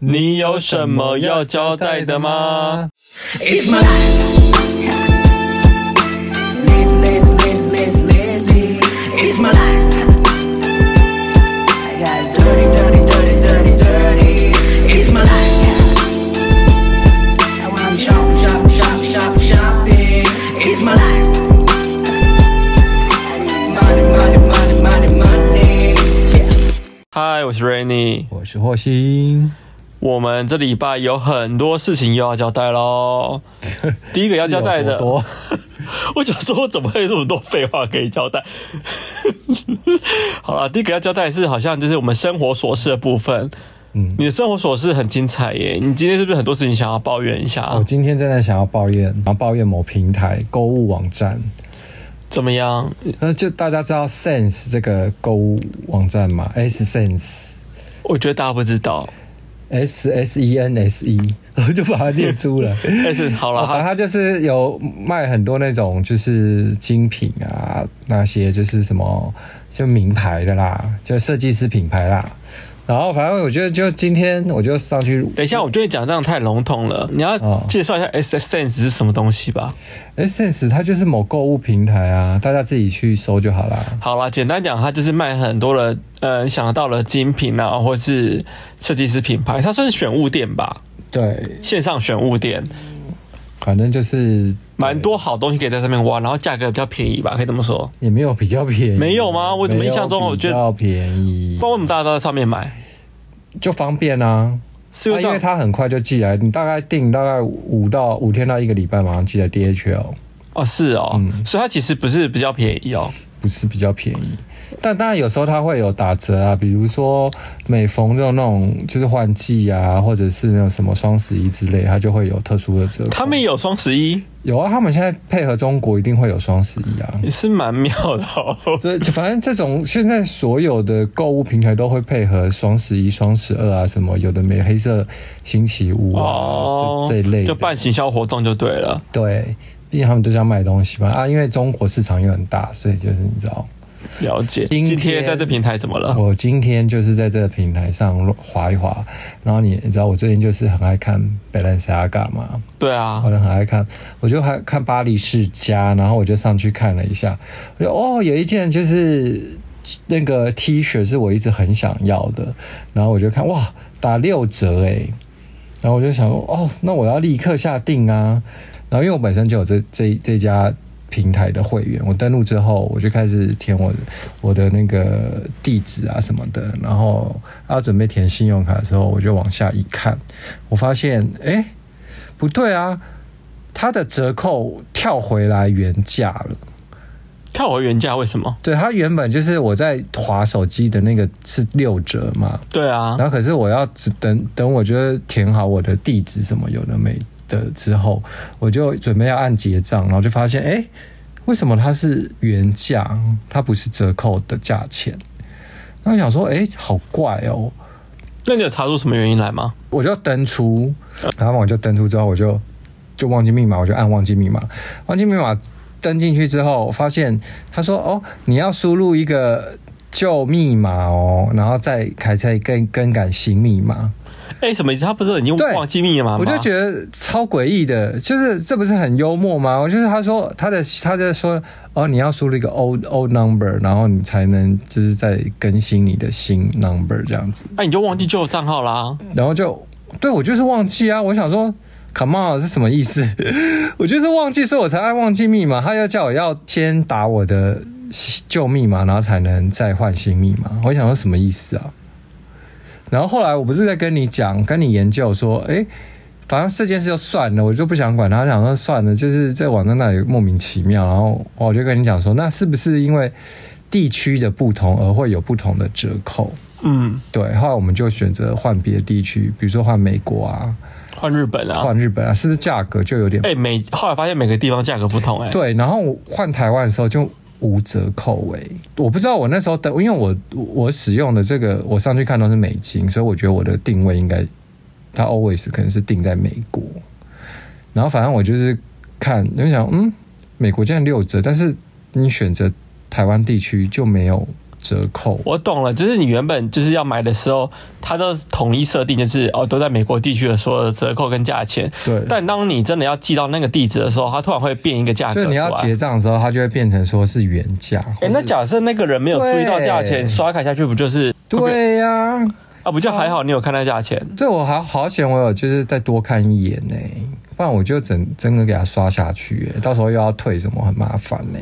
你有什么要交代的吗？ It's my life. Lazy, lazy, lazy, lazy, lazy. It's my life. I got dirty, dirty, dirty, dirty, dirty. It's my life. I wanna shop, shop, shop, shop, shopping. It's my life. I need money, money, money, money, money. Yeah. 嗨，我是 Rainy，我是霍星，我们这礼拜有很多事情又要交代喽。 第一个要交代的，有多多 我想说，我怎么会有这么多废话可以交代？ 好了，第一个要交代的是好像就是我们生活琐事的部分。嗯你的生活琐事很精彩耶！你今天是不是很多事情想要抱怨一下？我今天真的想要抱怨，想要抱怨某平台购物网站。怎么样？那就大家知道 Sense 这个购物网站吗？S Sense。我觉得大家不知道。 S S E N S E，我就把它念出 来。哦但哎是好了，反正哦他它就是有卖很多那种就是精品啊，那些就是什么就名牌的啦，就设计师品牌啦。然后反正我觉得就今天我就上去等一下，我觉得你讲这样太笼统了。你要哦介绍一下 S S Sense 是什么东西吧？ Essence 哎它就是某购物平台啊，大家自己去搜就好啦。好啦，简单讲，它就是卖很多的呃，你想得到的精品啊，或是设计师品牌，它算是选物店吧，对，线上选物店，反正就是蛮多好东西可以在上面挖，然后价格比较便宜吧，可以这么说。也没有比较便宜，没有吗我怎么印象中我觉得没有比较便宜不知道为什么大家都在上面买，就方便啊。是因为啊这因样为它很快就寄来，你大概定大概五到五天到一个礼拜，马上寄来 DHL，哦，是哦，嗯所以它其实不是比较便宜哦，不是比较便宜。但当然有时候它会有打折啊，比如说每逢这种那种就是换季啊，或者是那种什么双十一之类，它就会有特殊的折扣。他们有双十一，有啊，他们现在配合中国一定会有双十一啊。也是蛮妙的、哦。对，就反正这种现在所有的购物平台都会配合双十一、双十二啊，什么有的没黑色星期五啊、哦，这这一类的就办行销活动就对了。对，毕竟他们都是要卖东西嘛啊，因为中国市场又很大，所以就是你知道，了解。今今天天在这平台怎么了？我今天就是在这个平台上滑一滑，然后你你知道我最近就是很爱看 Balenciaga 嘛，对啊好，像很爱看，我就还看巴黎世家，然后我就上去看了一下，我就哦，有一件就是那个 T 恤是我一直很想要的，然后我就看哇，打六折诶，然后我就想说哦，那我要立刻下定啊，然后因为我本身就有这这这家。平台的会员，我登录之后，我就开始填我的我的那个地址啊什么的，然后要准备填信用卡的时候，我就往下一看，我发现诶。不对啊，它的折扣跳回来原价了。看我原价为什么？对，它原本就是我在划手机的那个是六折嘛，对啊，然后可是我要只等等，我就是填好我的地址什么有的没的之后，我就准备要按结账，然后就发现哎。诶为什么它是原价，它不是折扣的价钱？那我想说，哎、好怪哦、那你有查出什么原因来吗？我就登出，然后我就登出之后，我就就忘记密码，我就按忘记密码，忘记密码登进去之后，发现他说哦，你要输入一个旧密码哦，然后再才才更更改新密码。哎、什么意思？他不是已经对忘记密码吗？我就觉得得超诡异的，就是这不是很幽默吗？我就是他说他的他在说哦，你要输入一个 old old number，然后你才能就是再更新你的新 number 这样子。哎、你就忘记旧账号啦。然后就对我就是忘记啊，我想说。Come on 是什么意思？ 我就是忘记，所以我才爱忘记密码。他要叫我要先打我的旧密码，然后才能再换新密码。我想说什么意思啊？然后后来我不是在跟你讲，跟你研究说，诶，反正这件事就算了，我就不想管他，想说算了，就是在网站那里莫名其妙。然后我就跟你讲说，那是不是因为地区的不同而会有不同的折扣？嗯，对，后来我们就选择换别的地区，比如说换美国啊，换日本啊。换日本啊，是不是价格就有点、哎、每后来发现每个地方价格不同、哎，，对？然后我换台湾的时候就无折扣诶、我不知道我那时候的，因为我我使用的这个我上去看都是美金，所以我觉得我的定位应该它 always 可能是定在美国。然后反正我就是看，我就想嗯，美国现在六折，但是你选择台湾地区就没有折扣。我懂了，就是你原本就是要买的时候，它都是统一设定，就是哦都在美国地区的所有的折扣跟价钱。对但当你真的要寄到那个地址的时候，它突然会变一个价格就是出你要来。结账的时候，它就会变成说是原价。哎、那假设那个人没有注意到价钱，对刷卡下去不就是对呀、啊？不就还好？你有看到价钱？对我好好险，我有就是再多看一眼呢、不然我就整整个给它刷下去、欸，到时候又要退什么，很麻烦呢、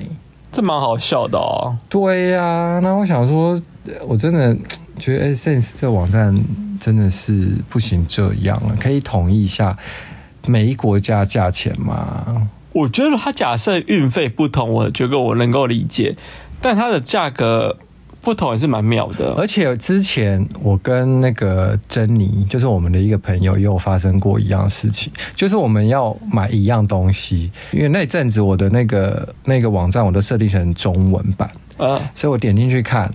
这蛮好笑的哦。对呀、那我想说，呃我真的觉得哎 Sense 这网站真的是不行这样了，可以统一一下每一国家价钱吗？我觉得它假设运费不同，我觉得我能够理解，但它的价格不同也是蛮妙的。而且之前我跟那个珍妮，就是我们的一个朋友，也有发生过一样的事情，就是我们要买一样东西，因为那阵子我的那个那个网站我都设定成中文版，呃，所以我点进去看，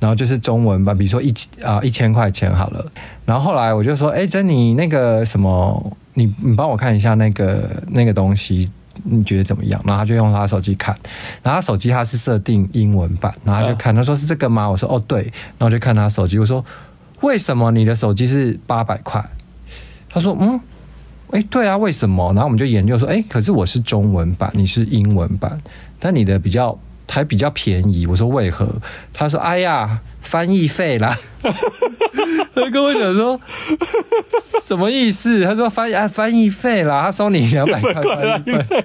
然后就是中文版，比如说一啊一千块钱好了，然后后来我就说，哎、珍妮那个什么，你你帮我看一下那个那个东西。你觉得怎么样？然后他就用他手机看，然后他手机他是设定英文版，然后他就看，他说是这个吗？我说哦对，然后我就看他手机，我说为什么你的手机是八百块？他说嗯，哎、对啊，为什么？然后我们就研究说，哎、可是我是中文版，你是英文版，但你的比较还比较便宜。我说为何？他说，哎呀，翻译费 啦。他跟我讲说，什么意思？他说翻译啊，翻译费啦，他收你两百块翻译费。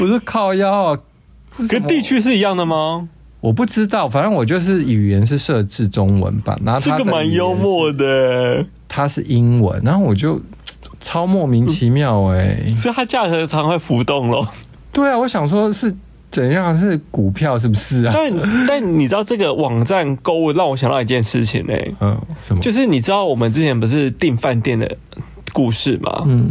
我说靠腰，啊这是什跟么地区是一样的吗？我不知道，反正我就是语言是设置中文版，然后这他个的蛮语言幽是默的，它是英文，然后我就超莫名其妙哎、所以它价格常会浮动 咯。对啊，我想说是怎样是股票是不是啊？但但你知道这个网站购物让我想到一件事情呢、嗯，什么？就是是你知道我们之前不是订饭店的故事吗？嗯，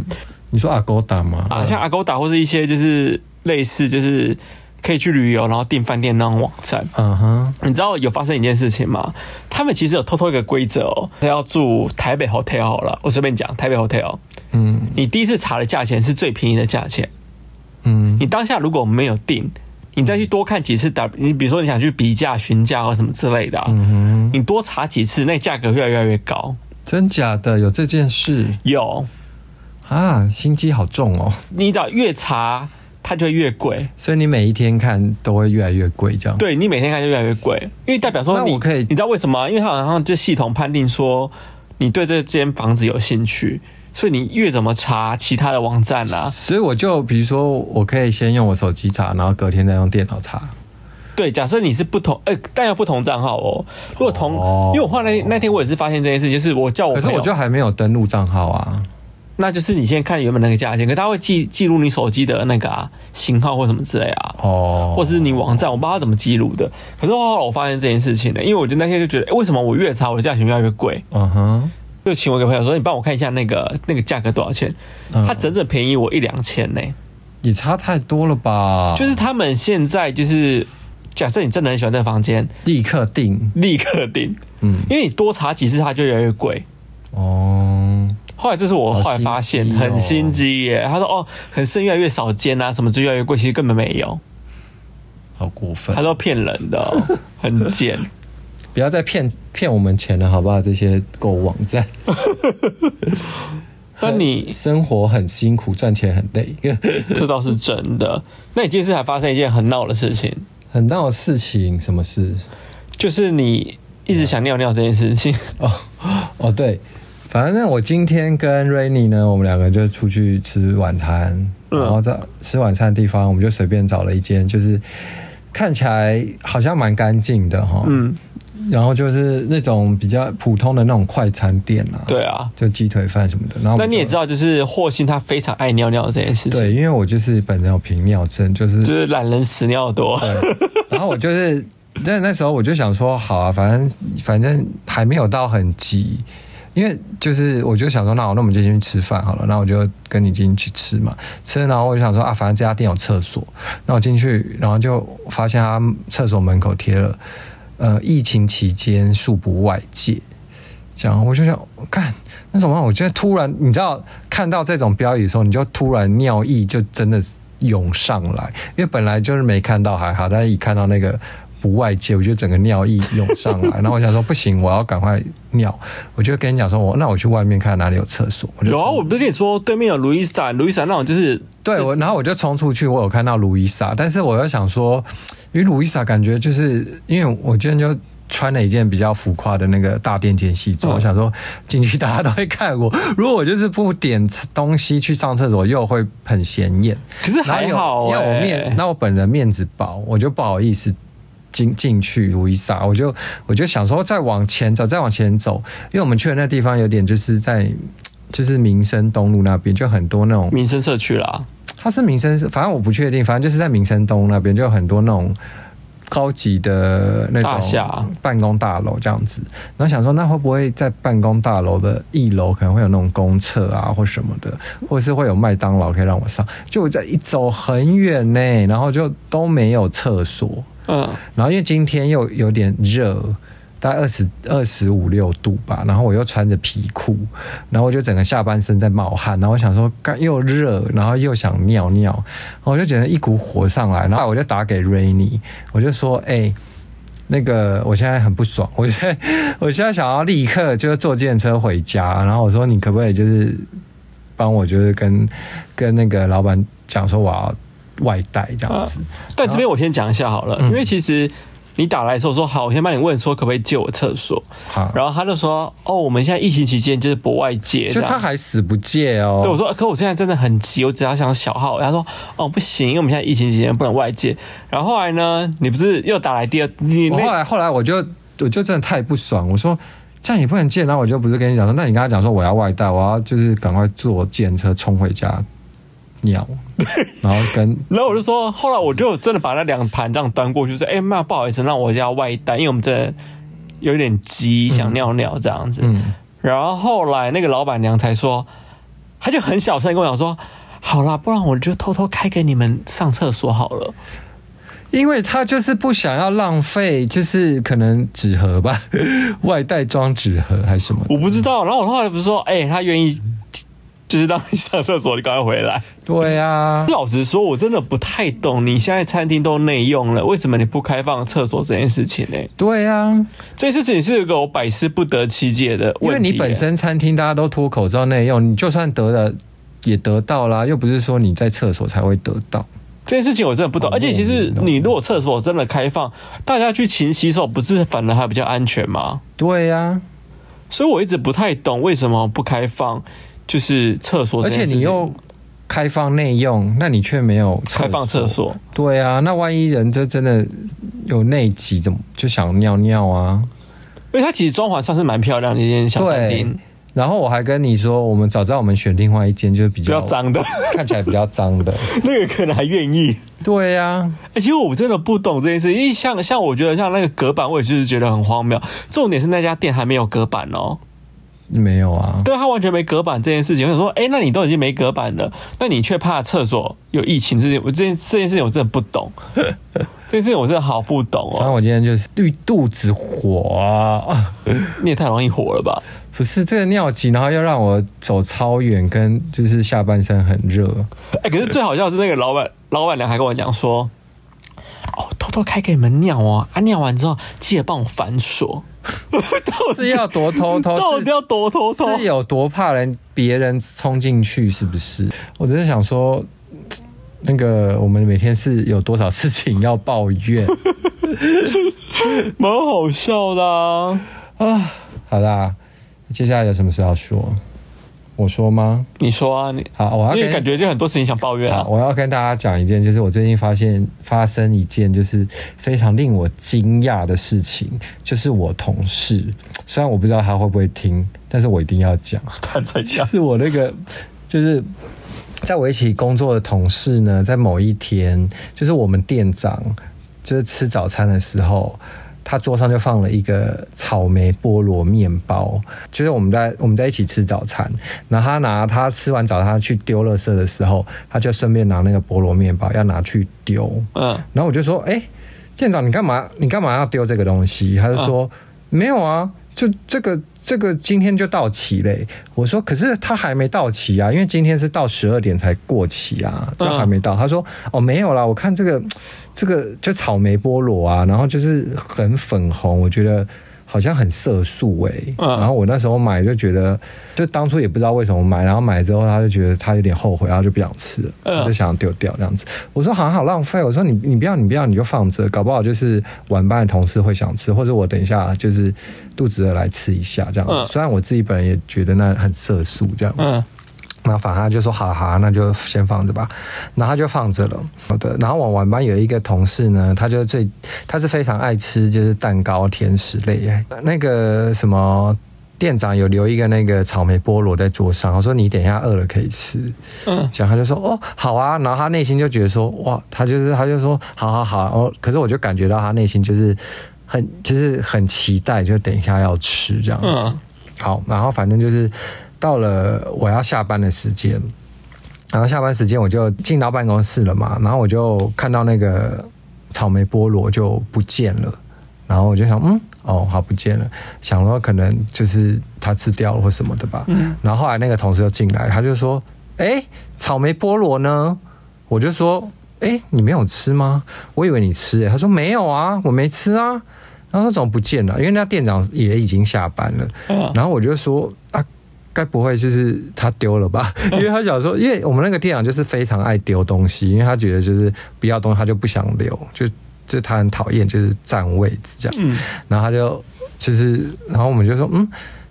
你说阿勾达吗？啊，像嗯阿勾达或是一些就是类似就是可以去旅游然后订饭店那种网站，嗯哼，你知道有发生一件事情吗？他们其实有偷偷一个规则哦，他要住台北 hotel 好了，我随便讲台北 hotel，嗯你第一次查的价钱是最便宜的价钱，嗯你当下如果没有订，你再去多看几次 W，你比如说你想去比价、询价或什么之类的、啊，嗯哼，你多查几次，那价格越来越来越高。真假的有这件事有，啊？心机好重哦，你只要越查，它就会越贵。所以你每一天看都会越来越贵，这样。对你每天看就越来越贵，因为代表说那你我可以你知道为什么吗？因为它好像这系统判定说你对这间房子有兴趣，所以你越怎么查其他的网站啊，所以我就比如说，我可以先用我手机查，然后隔天再用电脑查。对，假设你是不同，哎、但要不同账号哦。如果同，哦因为我后来那那天我也是发现这件事，就是我叫我可是朋友，我就还没有登录账号啊。那就是你先看原本那个价钱，可他会记记录你手机的那个啊型号或什么之类啊，哦，或是你网站，我不知道他怎么记录的。可是后来我发现这件事情呢，因为我就那天就觉得，哎、为什么我越查我的价钱越来越贵？嗯哼，就请我一个朋友说，你帮我看一下那个那个价格多少钱？嗯哦他整整便宜我一两千呢。也差太多了吧？就是他们现在就是，假设你真的很喜欢这个房间，立刻定，立刻订，嗯，因为你多查几次它就越来越贵。哦，后来这是我后来发现好心机哦很心机耶，他说哦，很剩越来越少见啊，什么就越来越贵，其实根本没有，好过分他！都骗人的哦、 很贱。不要再骗骗我们钱了，好不好？这些购物网站，那你 生活很辛苦，赚钱很累， 这倒是真的。那你这次还发生一件很闹的事情，很闹的事情，什么事？就是你一直想尿尿这件事情。哦哦，对，反正我今天跟 Rainy 呢，我们两个就出去吃晚餐，嗯然后在吃晚餐的地方，我们就随便找了一间，就是看起来好像蛮干净的哈，嗯，然后就是那种比较普通的那种快餐店啊， 对啊。就鸡腿饭什么的。然后我们那你也就知道，就是霍信他非常爱尿尿这件事情，哦对，因为我就是本人有频尿症，就是就是懒人屎尿多。对，然后我就是，但那时候我就想说，好啊，反正反正还没有到很急，因为就是我就想说，那我那我们就先去吃饭好了，那我就跟你进去吃嘛，吃，然后我就想说啊，反正这家店有厕所，那我进去，然后就发现他厕所门口贴了，呃，疫情期间恕不外借。这样，我就想，干那什么，我觉得突然，你知道看到这种标语的时候，你就突然尿意就真的涌上来，因为本来就是没看到还好，但是一看到那个不外借，我就整个尿意涌上来， 然后我想说不行，我要赶快尿，我就跟你讲说，我那我去外面看哪里有厕所，我就有啊，冲我不是跟你说对面有卢伊莎，卢伊莎那种就是对我，然后我就冲出去，我有看到卢伊莎，但是我又想说，因为卢伊莎感觉就是因为我今天就。穿了一件比较浮夸的那个大垫肩西装，嗯我想说进去大家都会看我。如果我就是不点东西去上厕所，又会很显眼。可是还好、欸，要我面，那我本人面子薄，我就不好意思进进去卢伊莎，我就我就想说再往前走，再往前走，因为我们去的那地方有点就是在就是民生东路那边，就很多那种民生社区啦，它是民生，反正我不确定，反正就是在民生东那边就有很多那种高级的那大厦种办公大楼这样子。然后想说，那会不会在办公大楼的一楼可能会有那种公厕啊，或什么的，或者是会有麦当劳可以让我上？就我在一走很远呢、然后就都没有厕所。嗯，然后因为今天又有点热，大概二十二十五六度吧，然后我又穿着皮裤，然后我就整个下半身在冒汗，然后我想说干又热，然后又想尿尿，然后我就觉得一股火上来，然后我就打给 Rainy，我就说哎。那个，我现在很不爽，我现在我现在想要立刻就是坐电车回家，然后我说你可不可以就是帮我就是跟跟那个老板讲说我要外带这样子，但这边我先讲一下好嗯了，因为其实你打来的时候说好，我先帮你问说可不可以借我厕所，好，然后他就说哦，我们现在疫情期间就是不外借，就这样他还死不戒哦。对我说，呃可我现在真的很急，我只要想小号。他说，哦，不行，因为我们现在疫情期间不能外借。然后后来呢，你不是又打来第二，你我后那来后来我就我就真的太不爽，我说这样也不能见，然后我就不是跟你讲说，那你跟他讲说我要外带，我要就是赶快坐电车冲回家尿，然后跟然后我就说，后来我就真的把那两盘这样端过去，说，哎妈，不好意思，那我要外带，因为我们真的有点急，想尿尿这样子。嗯然后后来那个老板娘才说，她就很小声地跟我讲说，好啦，不然我就偷偷开给你们上厕所好了。因为他就是不想要浪费，就是可能纸盒吧，外带装纸盒还是什么的？我不知道。然后我后来不是说，哎、她愿意。就是让你上厕所，你赶快回来。对啊，老实说，我真的不太懂，你现在餐厅都内用了，为什么你不开放厕所这件事情呢？对啊，这件事情是一个我百思不得其解的因为问题。你本身餐厅大家都脱口罩内用，你就算得了也得到啦，又不是说你在厕所才会得到。这件事情我真的不懂，好而且其实莫名哦你如果厕所真的开放，大家去勤洗手，不是反而还比较安全吗？对啊呀、所以我一直不太懂为什么不开放，就是厕所而这且件事情。你又开放内用，那你却没有开放厕，所，对啊，那万一人就真的有内急，怎么就想尿尿啊？因为它其实装潢上是蛮漂亮的一间小餐对厅，，然后我还跟你说，我们早知道我们选另外一间，就是比比较较，脏的， 看起来比较脏的。那个可能还愿意。对啊呀、欸，其实我真的不懂这件事，因为像像我觉得像那个隔板，我也就是觉得很荒谬。重点是那家店还没有隔板哦，没有啊，对，他完全没隔板这件事情。我想说，哎、那你都已经没隔板了，那你却怕厕所有疫情这件，我这件这件事情我真的不 懂，这件事情我真的好不懂反正哦。我今天就是绿肚子火、啊，你也太容易火了吧？不是这个尿急，然后又让我走超远，跟就是下半身很热。哎、可是最好笑的是那个老板老板娘还跟我讲说，哦，偷偷开给你们尿哦，啊，尿完之后记得帮我反 锁。到是底要多偷 偷，到底要多偷偷？是啊有多怕人别人冲进去，是不是？我只是想说，那个我们每天是有多少事情要抱 怨蛮好笑的、啊。啊？好啦，接下来有什么事要说？我说吗？你说啊，你好，我要因为跟感觉就很多事情想抱怨好啊。我要跟大家讲一件，就是我最近发现发生一件就是非常令我惊讶的事情，就是我同事，虽然我不知道他会不会听，但是我一定要讲。他在就讲，是我那个，就是在我一起工作的同事呢，在某一天，就是我们店长就是吃早餐的时候，他桌上就放了一个草莓菠萝面包，就是我们在我们在一起吃早餐，然后他拿他吃完早餐去丢垃圾的时候，他就顺便拿那个菠萝面包要拿去丢，嗯，然后我就说，哎、哦店长，你干嘛？你干嘛要丢这个东西？他就说，没有啊，就这个这个今天就到期嘞、我说可是它还没到期啊，因为今天是到十二点才过期啊，这还没到。他说哦没有啦，我看这个这个就草莓菠萝啊，然后就是很粉红，我觉得。好像很色素哎、嗯然后我那时候买就觉得，就当初也不知道为什么买，然后买之后他就觉得他有点后悔，然后就不想吃了，嗯我就想丢掉这样子。我说好像好浪费，我说你你不要你不要你就放着，搞不好就是晚班的同事会想吃，或者我等一下就是肚子饿来吃一下这样子。嗯虽然我自己本人也觉得那很色素这样，嗯然后反正他就说好啊好啊，那就先放着吧。然后他就放着了。好的。然后我晚班有一个同事呢，他就最他是非常爱吃就是蛋糕甜食类，那个什么。店长有留一个那个草莓菠萝在桌上，我说你等一下饿了可以吃。嗯讲他就说哦好啊，然后他内心就觉得说哇，他就是他就说好好好哦，可是我就感觉到他内心就是很就是很期待，就等一下要吃这样子。嗯好，然后反正就是到了我要下班的时间，然后下班时间我就进到办公室了嘛，然后我就看到那个草莓菠萝就不见了，然后我就想，嗯，哦，好，不见了，想说可能就是他吃掉了或什么的吧。然后后来那个同事就进来，他就说，哎，草莓菠萝呢？我就说，哎，你没有吃吗？我以为你吃、诶他说没有啊，我没吃啊。然后说怎么不见了？因为那店长也已经下班了。嗯然后我就说啊，该不会就是他丢了吧？嗯 因为他想说，因为我们那个店长就是非常爱丢东西，因为他觉得就是不要东西他就不想留，就就他很讨厌就是占位置这样。嗯 然后他就就是，然后我们就说，嗯，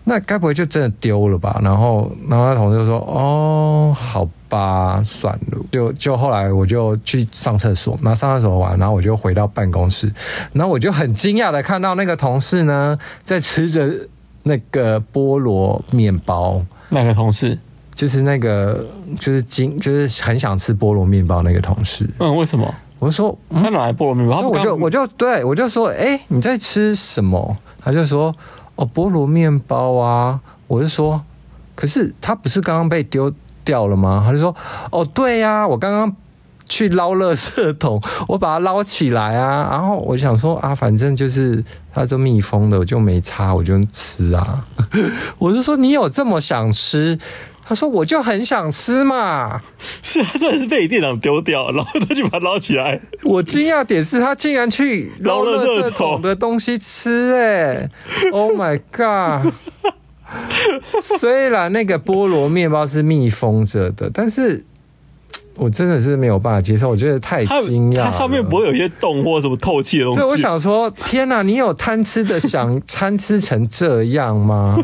那该不会就真的丢了吧？然后，然后那同事就说，哦，好吧，算了。就就后来我就去上厕所，然后上厕所完，然后我就回到办公室，然后我就很惊讶的看到那个同事呢在吃着那个菠萝面包。那个同事？就是那个，就是今，就是很想吃菠萝面包那个同事，嗯，为什么？我就说，嗯，他哪来菠萝面包？他那不我刚就我就对我就说，哎、你在吃什么？他就说，哦，菠萝面包啊。我就说，可是它不是刚刚被丢掉了吗？他就说，哦，对呀、我刚刚去捞垃圾桶， 我把它捞起来啊。然后我想说啊，反正就是它都密封的，我就没擦，我就吃啊。 我就说你有这么想吃？他说我就很想吃嘛。 是他真的是被你店长丢掉，然后他就把它捞起 来。我惊讶点是他竟然去捞垃圾桶的东西吃、欸，哎，Oh my god！虽然那个菠萝面包是密封着的，但是我真的是没有办法接受，我觉得太它惊讶了。它上面不会有一些洞或什么透气的东西？对，我想说，天哪、你有贪吃的想 贪吃成这样吗？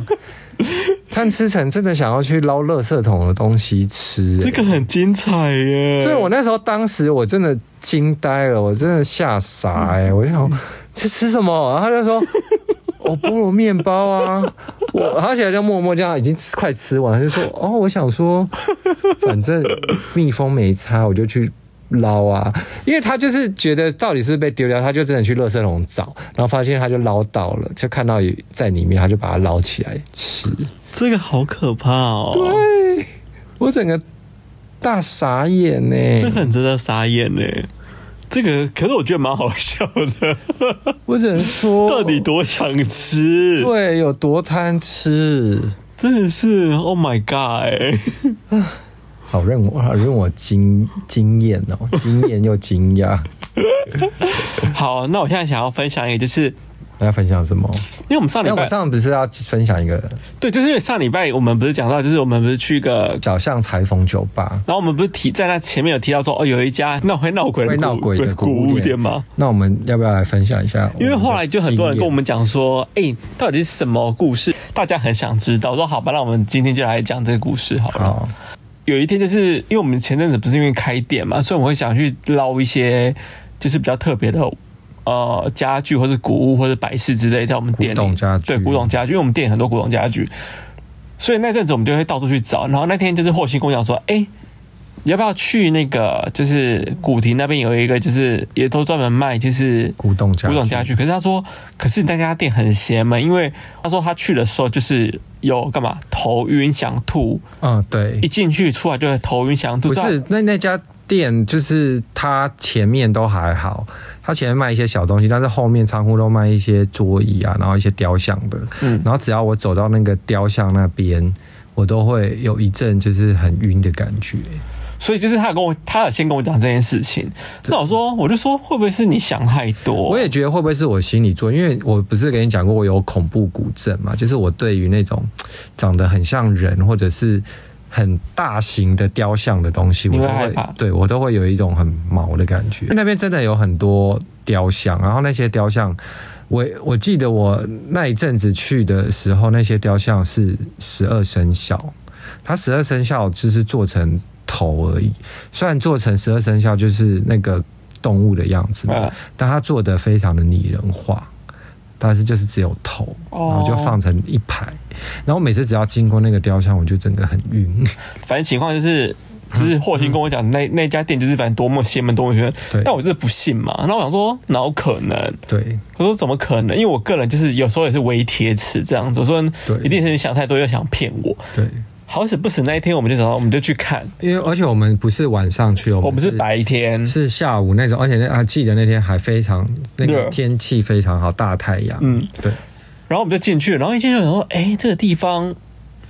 贪吃成真的想要去捞垃圾桶的东西吃、欸这个很精彩耶。所以我那时候当时我真的惊呆了，我真的吓傻哎、我就想这吃什么？然后他就说。哦，菠萝面包啊！我然后起来就默默这样，已经吃快吃完，他就说：“哦，我想说，反正蜜蜂没差，我就去捞啊。”因为他就是觉得到底是不是被丢掉，他就真的去垃圾桶找，然后发现他就捞到了，就看到有在里面，他就把它捞起来吃。这个好可怕哦。对，我整个大傻眼欸呢、这个很值得傻眼呢。这个可是我觉得蛮好笑 的，我只能说，到底多想吃？对有多贪吃，真的是 Oh my God！哎 好让我好让我惊惊艳 哦，惊艳又惊讶。好，那我现在想要分享一个，就是大家分享什么？因为我们上礼那我拜上不是要分享一个对，就是因为上礼拜我们不是讲到，就是我们不是去一个小巷裁缝酒吧？然后我们不是提在那前面有提到说，哦，有一家闹会闹鬼的会闹古鬼的古古物物店店吗？那我们要不要来分享一下？因为后来就很多人跟我们讲说，哎、嗯到底是什么故事？大家很想知道。我说好吧，那我们今天就来讲这个故事好了。好，有一天就是因为我们前阵子不是因为开店嘛，所以我们会想去捞一些就是比较特别的。呃，家具或是古物或者摆饰之类，在我们店里，古董家具对古董家具，因为我们店有很多古董家具，所以那阵子我们就会到处去找。然后那天就是霍星跟我讲说，哎、你要不要去那个就是古亭那边有一个，就是也都专门卖就是古董家古董家具。可是他说，可是那家店很邪门，因为他说他去的时候就是有干嘛头晕想吐，嗯，对一，进去出来就会头晕想吐。不知道是那那家店就是它前面都还好，它前面卖一些小东西，但是后面仓库都卖一些桌椅啊，然后一些雕像的。嗯然后只要我走到那个雕像那边，我都会有一阵就是很晕的感觉。所以就是他有跟我，他有先跟我讲这件事情。那我说，我就说会不会是你想太多？我也觉得会不会是我心理作用，因为我不是跟你讲过我有恐怖谷症嘛，就是我对于那种长得很像人或者是很大型的雕像的东西，我你都会害会怕对我都会有一种很毛的感觉。因为那边真的有很多雕像，然后那些雕像。我我记得我那一阵子去的时候，那些雕像是十二生肖，它十二生肖就是做成头而已，虽然做成十二生肖就是那个动物的样子嘛，嗯但它做的非常的拟人化，但是就是只有头，然哦后就放成一排，然后每次只要经过那个雕像，我就整个很晕。 反正情况就是，就是霍星跟我讲那那家店就是反正多么邪门多么邪门对，但我真的不信嘛。然后我想说，哪有可能？对，我说怎么可能？因为我个人就是有时候也是为铁齿这样子，我说对一定是你想太多又想骗我。对，好死不死那一天我们就找到，我们就去看，因为而且我们不是晚上去，我我们是白天，是下午那种，而且那啊记得那天还非常那热个天气非常好，大太阳。嗯，对，然后我们就进去，然后一进去我想说，哎、这个地方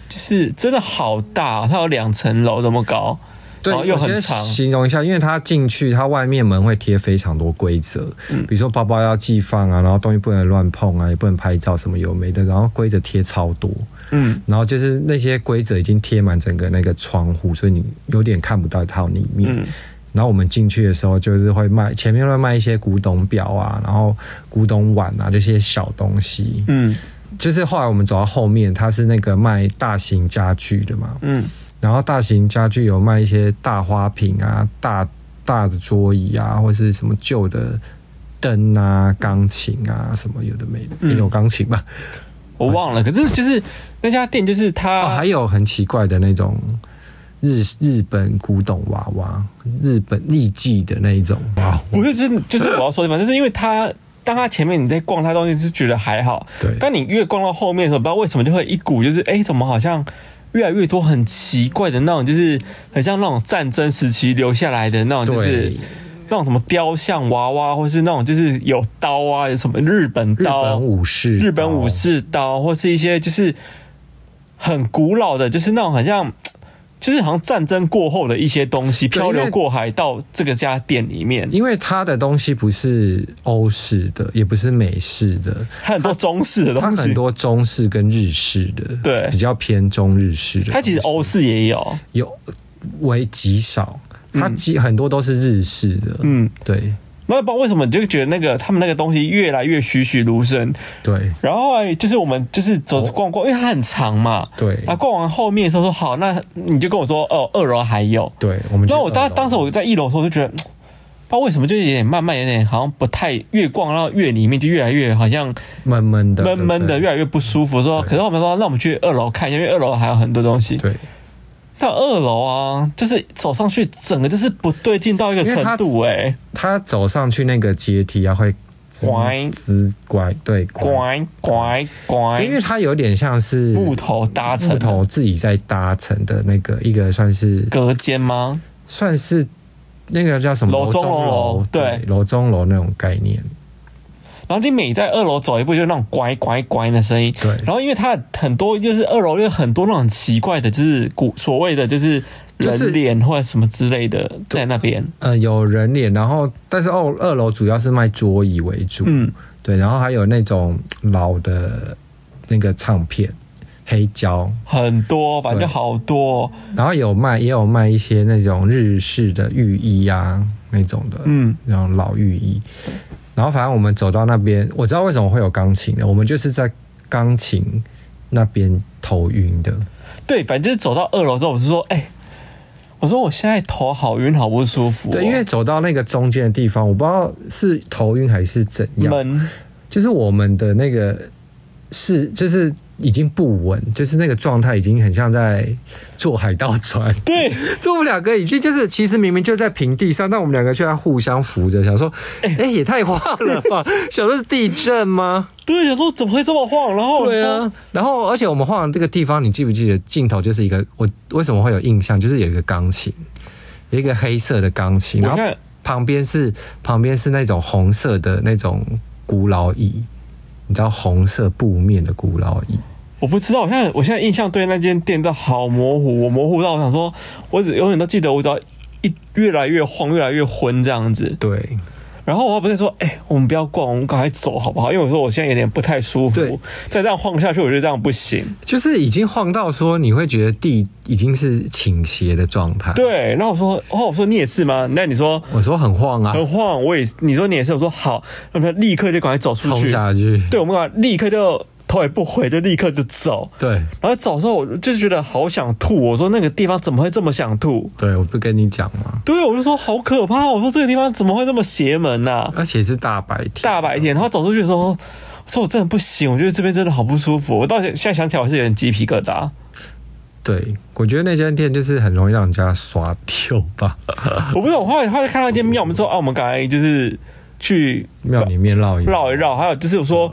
就是真的好大，它有两层楼这么高，对，然哦后又我很先长，形容一下，因为它进去，它外面门会贴非常多规则，嗯比如说包包要寄放啊，然后东西不能乱碰啊，也不能拍照什么有没的，然后规则贴超多，嗯，然后就是那些规则已经贴满整个那个窗户，所以你有点看不到它里面。嗯然后我们进去的时候，就是会卖前面会卖一些古董表啊，然后古董碗啊这些小东西。嗯就是后来我们走到后面，它是那个卖大型家具的嘛，嗯，然后大型家具有卖一些大花瓶啊、大大的桌椅啊，或是什么旧的灯啊、钢琴啊，什么有的没的，嗯也有钢琴吧。我忘了，可是就是那家店就是它，哦，还有很奇怪的那种日日本古董娃娃，日本艺伎的那一种娃娃。不是，就是就是我要说的，反正是因为它，当它前面你在逛它东西是觉得还好，对但你越逛到后面的时候，不知道为什么就会一股就是，哎、怎么好像越来越多很奇怪的那种，就是很像那种战争时期留下来的那种，就是对那种什么雕像娃娃，或是那种就是有刀啊，有什么日本日刀、啊本武士，日本武，士刀，或是一些就是很古老的，就是那种好像。就是好像战争过后的一些东西对漂因流为过海到这个家店里面，因为它的东西不是欧式的，也不是美式的，它很多中式的它东西，很多中式跟日式的，对比较偏中日式的。它其实欧式也有，有为极少，它极、很多都是日式的，嗯，对那不知道为什么你就觉得那个他们那个东西越来越栩栩如生。对然后哎，就是我们就是走哦逛逛，因为它很长嘛，对啊，逛完后面的时候说好，那你就跟我说哦，二楼还有。对，我们就那我当到了当时我在一楼的时候就觉得。嗯不知道为什么，就有点慢慢，有点好像不太越逛到越里面，就越来越好像闷闷的闷闷的，对越来越不舒服。说，可是我们说，那我们去二楼看一下，因为二楼还有很多东西。对，到二楼啊，就是走上去，整个就是不对劲到一个因为程它度哎、他走上去那个阶梯啊会吱拐吱拐对拐，拐拐拐，因为它有点像是木头搭成木头自己在搭成的那个一个算是隔间吗？算是那个叫什么楼中楼楼对楼中楼那种概念，然后你每在二楼走一步，就是那种拐拐拐的声音。对然后因为它很多就是二楼有很多那种奇怪的，就是古所谓的就是就是人脸或者什么之类的在那边。呃有人脸，然后但是哦二楼主要是卖桌椅为主，嗯，对，然后还有那种老的那个唱片黑胶，很多，反正就对好多。然后有卖也有卖一些那种日式的浴衣啊那种的，嗯，那种老浴衣。然后反正我们走到那边，我知道为什么会有钢琴的，我们就是在钢琴那边头晕的。对，反正就是走到二楼之后，我是说，哎、我说我现在头好晕，好不舒服哦、对，因为走到那个中间的地方，我不知道是头晕还是怎样，闷，就是我们的那个是就是已经不稳，就是那个状态已经很像在坐海盗船。 对，这我们两个已经就是，其实明明就在平地上，但我们两个却在互相扶着，想说，哎、也太晃了吧！ 想说是地震吗？对，想说怎么会这么晃？然后我对说啊，然后而且我们晃的这个地方，你记不记得镜头就是一个我为什么会有印象，就是有一个钢琴，有一个黑色的钢琴，然我后看旁边是旁边是那种红色的那种古老椅，你知道红色布面的古老椅，我不知道，我现在我现在印象对那间店都好模糊，我模糊到我想说，我只永远都记得我只要一越来越晃，越来越昏这样子。对然后我要不是说，哎、我们不要逛，我们赶快走好不好？因为我说我现在有点不太舒对嗯服，再这样晃下去，我觉得这样不行。就是已经晃到说你会觉得地已经是倾斜的状态。，对，然后我说，哦，我说你也是吗？那你说我说很晃啊，很晃，我也是，你说你也是，我说好，那么立刻就赶快走出冲去。下去。对，我们赶快立刻就头也不回，就立刻就走。对然后走的时候，我就是觉得好想吐。我说那个地方怎么会这么想吐？对，我不跟你讲嘛，对，我就说好可怕。我说这个地方怎么会这么邪门啊呐、而且是大白天，大白天，然后走出去的时候，说我真的不行，我觉得这边真的好不舒服。我到现现在想起来，我还是有点鸡皮疙瘩。对，我觉得那间店就是很容易让人家刷掉吧， 我不知道，我后来后来看到一间庙，我们说啊，我们赶快就是去庙里面绕一绕一绕。还有就是我说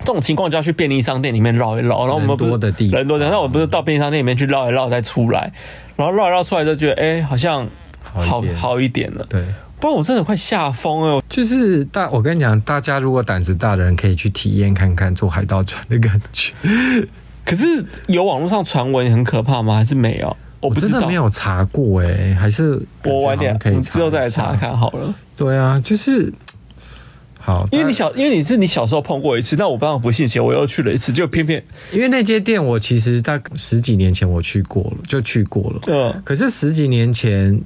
这种情况就要去便利商店里面绕一绕，然后我们不是人多的地方人多的，那我们不是到便利商店里面去绕一绕再出来，然后绕一绕出来就觉得哎、好像好一好点好一点了。对，不然我真的快吓疯了。就是大，我跟你讲，大家如果胆子大的人可以去体验看看坐海盗船的感觉。可是有网络上传闻很可怕吗？还是没有？ 我我不知真道，的没有查过哎、还是感觉我晚点好像可以我一下之后再来查。看好了。对啊，就是好，因为你但小，因为你是你小时候碰过一次，那我当然不信邪，我又去了一次，就偏偏因为那间店我其实大概十几年前我去过了，就去过了。嗯，可是十几年前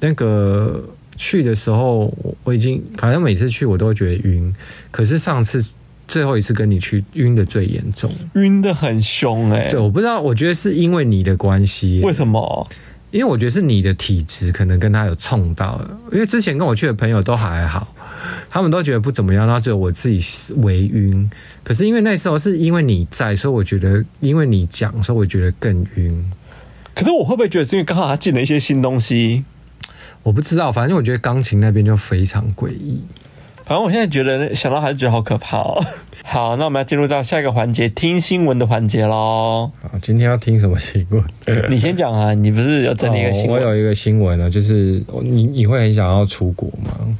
那个去的时候，我我已经反正每次去我都会觉得晕，可是上次最后一次跟你去晕的最严重。晕的很凶哎、对，我不知道，我觉得是因为你的关系耶、为什么？因为我觉得是你的体质可能跟他有冲到了，因为之前跟我去的朋友都还好，他们都觉得不怎么样，然后只有我自己是微晕。可是因为那时候是因为你在，所以我觉得因为你讲，所以我觉得更晕。可是我会不会觉得是因为刚好他进了一些新东西？我不知道，反正我觉得钢琴那边就非常诡异。反正我现在觉得想到还是觉得好可怕哦。 好，那我们要进入到下一个环节，听新闻的环节喽。好，啊今天要听什么新 闻？你先讲啊，你不是有整理一个新呃哦我闻？有一个新闻呢，就是哦你你会很想要出国吗？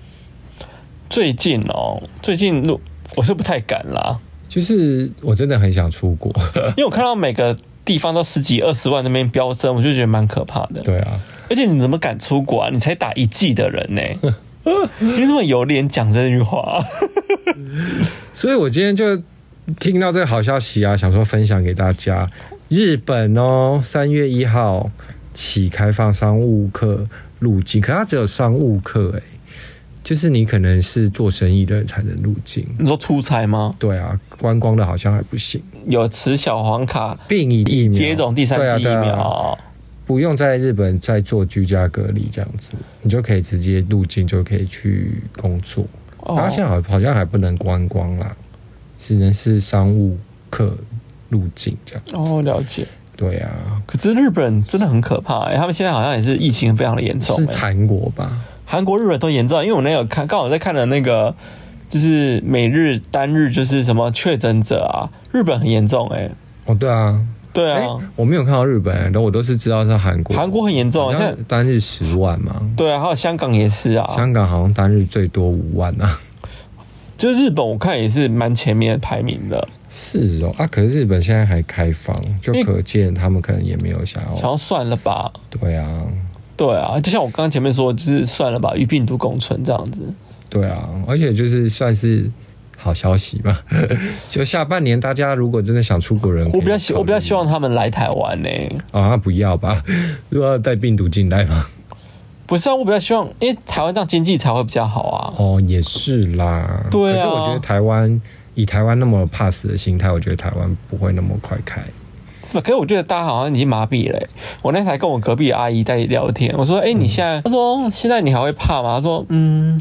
最近哦，最近录我是不太敢啦，就是我真的很想出国， 因为我看到每个地方都十几二十万那边飙升，我就觉得蛮可怕的。对啊，而且你怎么敢出国啊？你才打一季的人呢、 你怎么有脸讲这句话、所以我今天就听到这个好消息啊，想说分享给大家。日本哦，三月一号起开放商务客入境，可它只有商务客哎、就是你可能是做生意的人才能入境。你说出差吗？对啊，观光的好像还不行。有持小黄卡病疫疫苗接种第三剂疫对啊对苗，啊不用在日本再做居家隔离这样子，你就可以直接入境就可以去工作。哦然后现在好好像还不能观光啦，只能是商务客入境这样。哦，了解。对啊，可是日本真的很可怕、欸，他们现在好像也是疫情非常的严重、是欸，韩国吧？韩国、日本都严重。因为我那有看，刚好在看的那个，就是每日单日就是什么确诊者啊，日本很严重、欸，哎，哦，对啊，对哎、啊，我没有看到日本，然后我都是知道是韩国。韩国很严重啊，好现在像单日十万嘛，对啊，还有香港也是啊，香港好像单日最多五万啊。就是日本我看也是蛮前面排名的，是哦，啊，可是日本现在还开放，就因为可见他们可能也没有想想要。要算了吧，对啊，对啊，就像我刚刚前面说，就是算了吧，与病毒共存这样子。对啊，而且就是算是好消息吧。 就下半年，大家如果真的想出国人，我比较希，我比较希望望他们来台湾呢、啊，不要吧， 如果要带病毒进来嘛。不是啊，我比较希望，因为台湾这样经济才会比较好啊。哦，也是啦。对啊可是我觉得台湾以台湾那么怕死的心态，我觉得台湾不会那么快开。是吧？可是我觉得大家好像已经麻痹了欸、我那台跟我隔壁的阿姨在聊天，我说：“哎、你现在？”她说：“现在你还会怕吗？”她说：“嗯，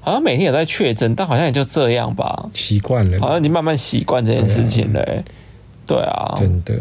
好像每天有在确诊，但好像也就这样吧，习惯好了，像已经慢慢习惯这件事情了欸、对啊，真的。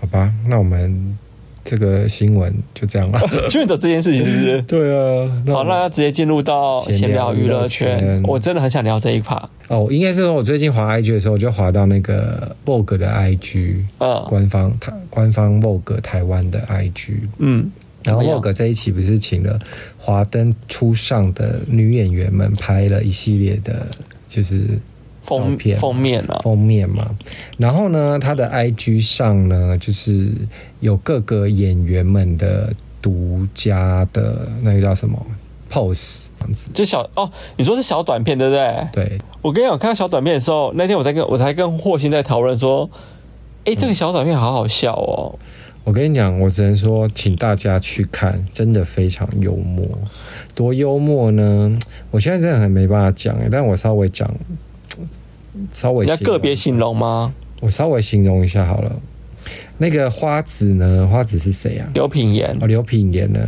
好吧，那我们这个新闻就这样 了。确诊这件事情是不是？对啊，那我好，那要直接进入到闲闲聊聊娱乐娱乐圈圈。我真的很想聊这一趴。哦，应该是说我最近滑 IG 的时候，我就滑到那个 Vogue 的 IG，嗯官方台官方 Vogue 台湾的 IG，嗯，然后怎么样 Vogue 这一期不是请了华灯初上的女演员们拍了一系列的，就是照封片嘛封面啊，封面嘛。然后呢，他的 IG 上呢，就是有各个演员们的独家的那个叫什么 pose 这样子。就小哦，你说是小短片对不对？对，我跟你讲，我看到小短片的时候，那天我在跟我才跟霍星在讨论说，哎、嗯这个小短片好好笑哦。我跟你讲，我只能说，请大家去看，真的非常幽默。多幽默呢？我现在真的很没办法讲，欸但我稍微讲，稍微你要形容个别形容吗？我稍微形容一下好了。那个花子呢？花子是谁啊？刘品言哦，刘品言呢？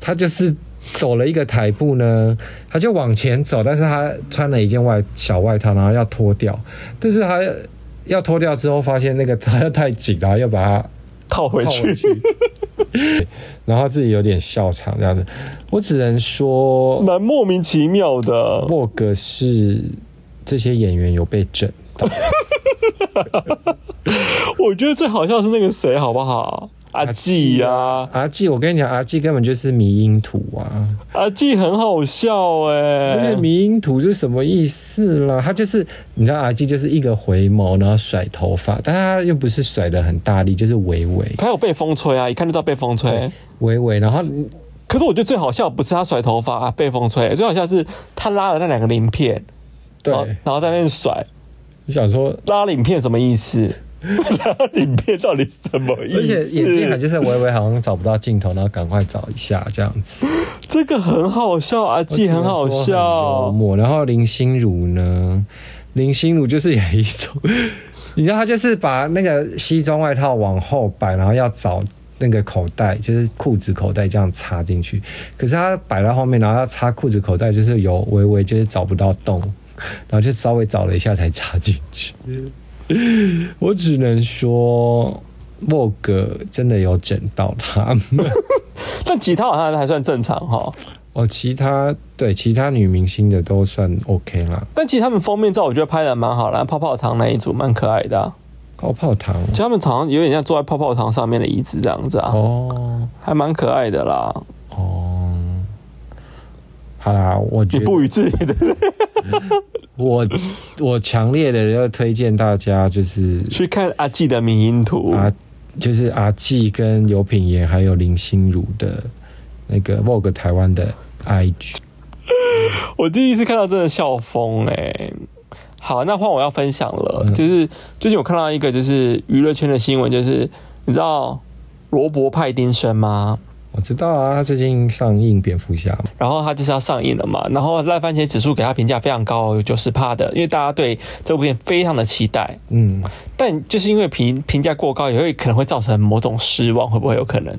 他就是走了一个台步呢，他就往前走，但是他穿了一件外小外套，然后要脱掉，但是他要脱掉之后，发现那个 他太紧了，又把它套回套回去，去， 然后自己有点笑场这样子。我只能说，蛮莫名其妙的。莫格是这些演员有被整。 我觉得最好笑是那个谁，好不好？阿啊纪呀、阿纪，我跟你讲，阿纪根本就是迷因图啊！阿纪很好笑哎、那迷因图是什么意思啦？他就是你知道，阿纪就是一个回眸，然后甩头发，但他又不是甩的很大力，就是微微他有被风吹啊，一看就知道被风吹。微微，然后可是我觉得最好笑不是他甩头发、啊、被风吹，最好笑是他拉了那两个鳞片，对然，后然后在那边甩你想说，拉鳞片什么意思？ 拉鳞片到底什么而意且眼睛还思？就是微微好像找不到镜头，然后赶快找一下这样子。这个很好笑，阿纪很好只能说很幽笑。默。然后林心如呢，林心如就是有一种，你知道，她就是把那个西装外套往后摆，然后要找那个口袋，就是裤子口袋这样插进去。可是她摆到后面，然后要插裤子口袋，就是有微微就是找不到洞，然后就稍微找了一下才插进去。我只能说。莫格真的有整到他们但其他好像还算正常哈，哦，其他对其他女明星的都算 OK 啦。但其实他们封面照我觉得拍的蛮好啦，泡泡糖那一组蛮可爱的、啊。泡泡糖其实他们常常有点像坐在泡泡糖上面的椅子这样子啊，哦还蛮可爱的啦。哦，好啦，我觉你得不予置评的我我强烈的要推荐大家就是去看阿纪的迷因图，阿就是阿纪跟刘品言还有林心如的那个 Vogue 台湾的 IG，我第一次看到真的笑疯哎、好，那换我要分享了，就是最近我看到一个就是娱乐圈的新闻，就是你知道罗伯派丁森吗？我知道啊，他最近上映蝙蝠侠嘛，然后他就是要上映了嘛，然后烂番茄指数给他评价非常高，哦有九十趴的，因为大家对这部片非常的期待。嗯，但就是因为评评价过高，也会可能会造成某种失望，会不会有可能？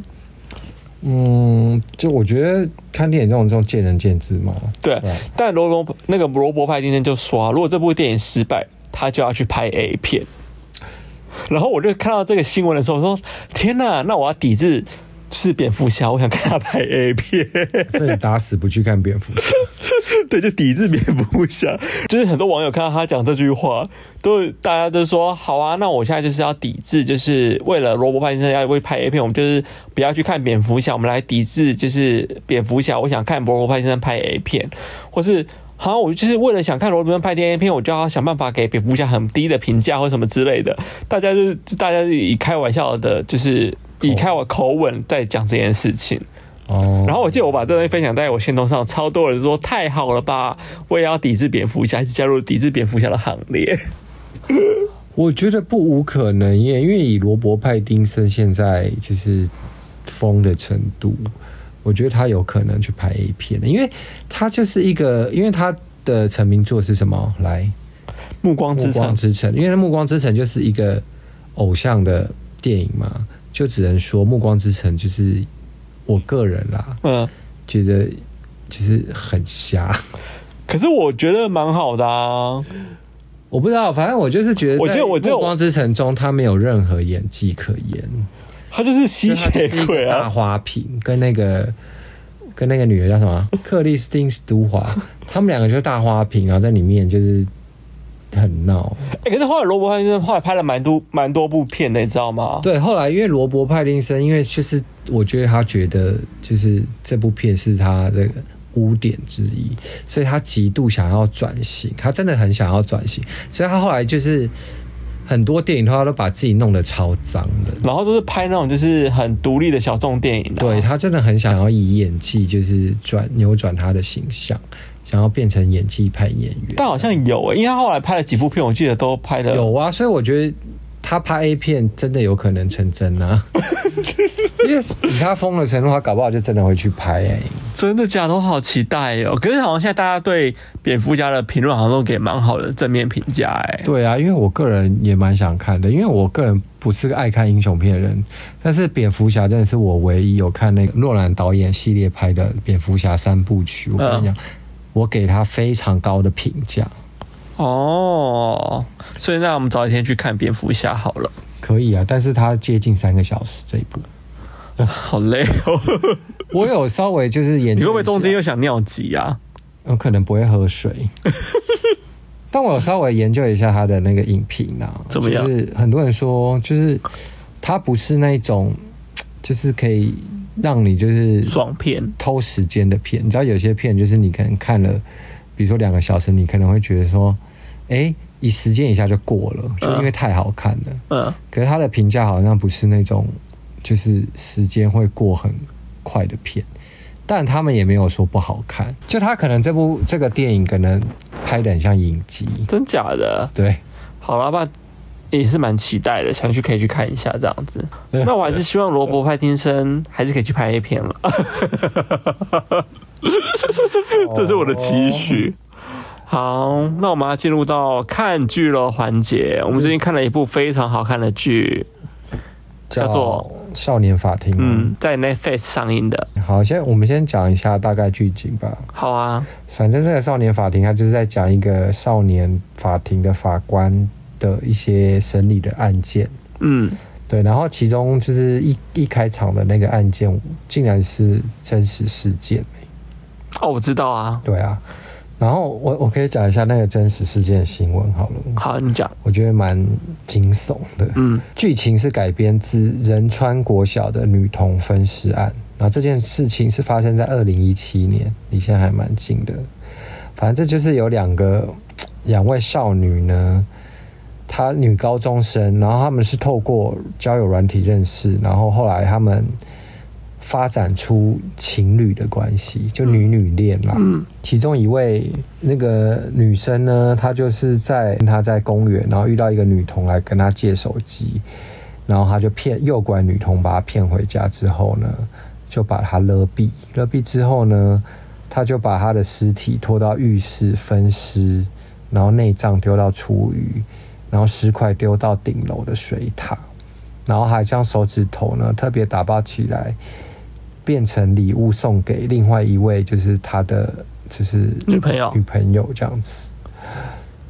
嗯，就我觉得看电影这种这种见仁见智嘛，对，但罗罗那个罗伯派今天就说、啊，如果这部电影失败，他就要去拍 A 片。然后我就看到这个新闻的时候，我说：“天哪，那我要抵制是蝙蝠侠，我想看他拍 A 片。所以打死不去看蝙蝠侠， 对，就抵制蝙蝠侠。就是很多网友看到他讲这句话，都大家都说：“好啊，那我现在就是要抵制，就是为了罗伯·派先生要为拍 A 片，我们就是不要去看蝙蝠侠，我们来抵制，就是蝙蝠侠。我想看罗伯·派先生拍 A 片，或是。”好，我就是为了想看罗伯派电 A 片，我就要想办法给蝙蝠侠很低的评价或什么之类的。大家就是大家是以开玩笑的，就是以开我口吻在讲这件事情。哦， 然后我记得我把这东西分享在我线动上，超多人说太好了吧，我也要抵制蝙蝠侠，一起加入抵制蝙蝠侠的行列。我觉得不无可能耶，因为以罗伯派丁森现在就是疯的程度，我觉得他有可能去拍 A 片的，因为他就是一个，因为他的成名作是什么？来，暮光《之暮光城，之城》，因为《暮光之城》就是一个偶像的电影嘛，就只能说《暮光之城》就是我个人啦，嗯，觉得就是很瞎。可是我觉得蛮好的啊。我不知道，反正我就是觉得，我觉得我《觉得我暮光之城》中他没有任何演技可言。他就是吸他就是血一鬼个大啊，花瓶跟那个跟那个女的 叫什么啊克里斯汀·斯图华，他们两个就是大花瓶，然后在里面就是很闹。哎、可是后来罗伯·汉森后来拍了蛮多蛮多部片的，你知道吗？对，后来因为罗伯·派丁森，因为就是我觉得他觉得就是这部片是他的污点之一，所以他极度想要转型，他真的很想要转型，所以他后来就是很多电影的话都把自己弄得超脏的。然后都是拍那种就是很独立的小众电影、啊。对他真的很想要以演技就是转扭转他的形象，想要变成演技派演员。但好像有、欸，因为他后来拍了几部片，我记得都拍的有啊，所以我觉得他拍 A 片真的有可能成真啊，因为以他疯的程度，他搞不好就真的会去拍哎、真的假的，我好期待哦、可是好像现在大家对蝙蝠侠的评论好像都给蛮好的正面评价哎。对啊，因为我个人也蛮想看的，因为我个人不是个爱看英雄片的人，但是蝙蝠侠真的是我唯一有看那个诺兰导演系列拍的蝙蝠侠三部曲。我跟你讲，我给他非常高的评价。哦，所以那我们早一天去看蝙蝠侠好了，可以啊，但是他接近三个小时这一部，好累 哦。我有稍微就是研究一下，你会不会中间又想尿急啊？我可能不会 喝水，但我有稍微研究一下他的那个影评啊，怎么样就是很多人说，就是他不是那种，就是可以让你就是爽片偷时间的片。你知道有些片就是你可能看了，比如说两个小时，你可能会觉得说，哎、一时间一下就过了，就因为太好看了。嗯，可是他的评价好像不是那种，就是时间会过很快的片，但他们也没有说不好看，就他可能这部这个电影可能拍的很像影集，真假的？对，好啦吧，也是蛮期待的，想去可以去看一下这样 子。那我还是希望罗伯·派丁森还是可以去拍 A 片 了， 这是我的期许。哦好，那我们要进入到看剧喽环节。我们最近看了一部非常好看的剧，叫做《少年法庭》。啊嗯，在 Netflix 上映的。好，先我们先讲一下大概剧情吧。好啊，反正这个少年法庭，它就是在讲一个少年法庭的法官的一些审理的案件。嗯，对，然后其中就是一一开场的那个案件，竟然是真实事件。哦，我知道啊。对啊，然后我我可以讲一下那个真实事件的新闻好了，好，你讲。我觉得蛮惊悚的。嗯，剧情是改编自仁川国小的女童分尸案，然后这件事情是发生在二零一七年，离现在还蛮近的。反正这就是有两个两位少女呢，她女高中生，然后她们是透过交友软体认识，然后后来她们发展出情侣的关系，就女女恋啦。嗯其中一位那个女生呢，她就是在她在公园，然后遇到一个女童来跟她借手机，然后她就骗诱拐女童把她骗回家之后呢，就把她勒毙，勒毙之后呢，她就把她的尸体拖到浴室分尸，然后内脏丢到厨余，然后尸块丢到顶楼的水塔，然后还将手指头呢特别打包起来，变成礼物送给另外一位，就是他的就是女朋友女朋友这样子。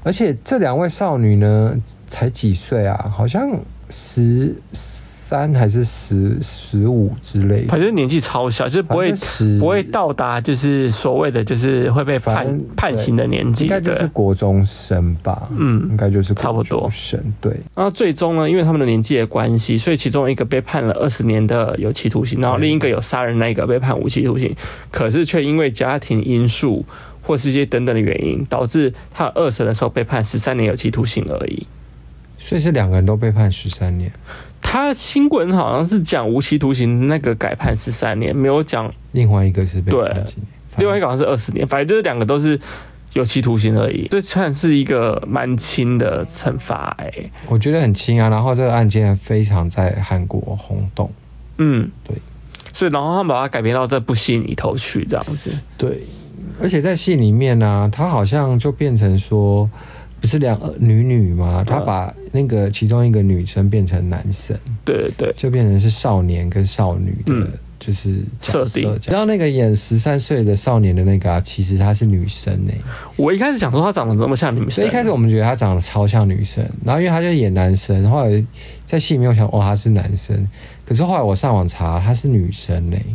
而且这两位少女呢，才几岁啊？好像十三还是十十五之类的反。正年纪超小，就是不会反正十不会到达就是所谓的就是会被反判正判刑的年纪，应该对。就是国中生吧，嗯应该就是差不国多中生，对，然后最终呢，因为他们的年纪的关系，所以其中一个被判了二十年的有期徒刑，然后另一个有杀人那一个被判无期徒刑，可是却因为家庭因素或是一些等等的原因，导致他二审的时候被判十三年有期徒刑而已。所以是两个人都被判十三年，他新闻好像是讲无期徒刑那个改判十三年，没有讲另外一个是被对判几年，反正另外一个好像是二十年，反正就是两个都是有期徒刑而已，这算是一个蛮轻的惩罚哎、我觉得很轻啊。然后这个案件非常在韩国轰动，嗯，对。所以，然后他们把它改编到这部戏里头去，这样子。对，而且在戏里面呢、啊他好像就变成说，不是两呃女女吗？他把那个其中一个女生变成男生，对对对，就变成是少年跟少女的，嗯就是角色设定。然后那个演十三岁的少年的那个啊，其实她是女生呢、我一开始想说他长得这么像女所生，以一开始我们觉得他长得超像女生，然后因为他就演男生，后来在戏里面我想，哦，他是男生，可是后来我上网查，他是女生欸嘞、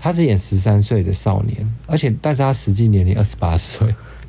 他是演十三岁的少年，而且但是他实际年龄二十八岁，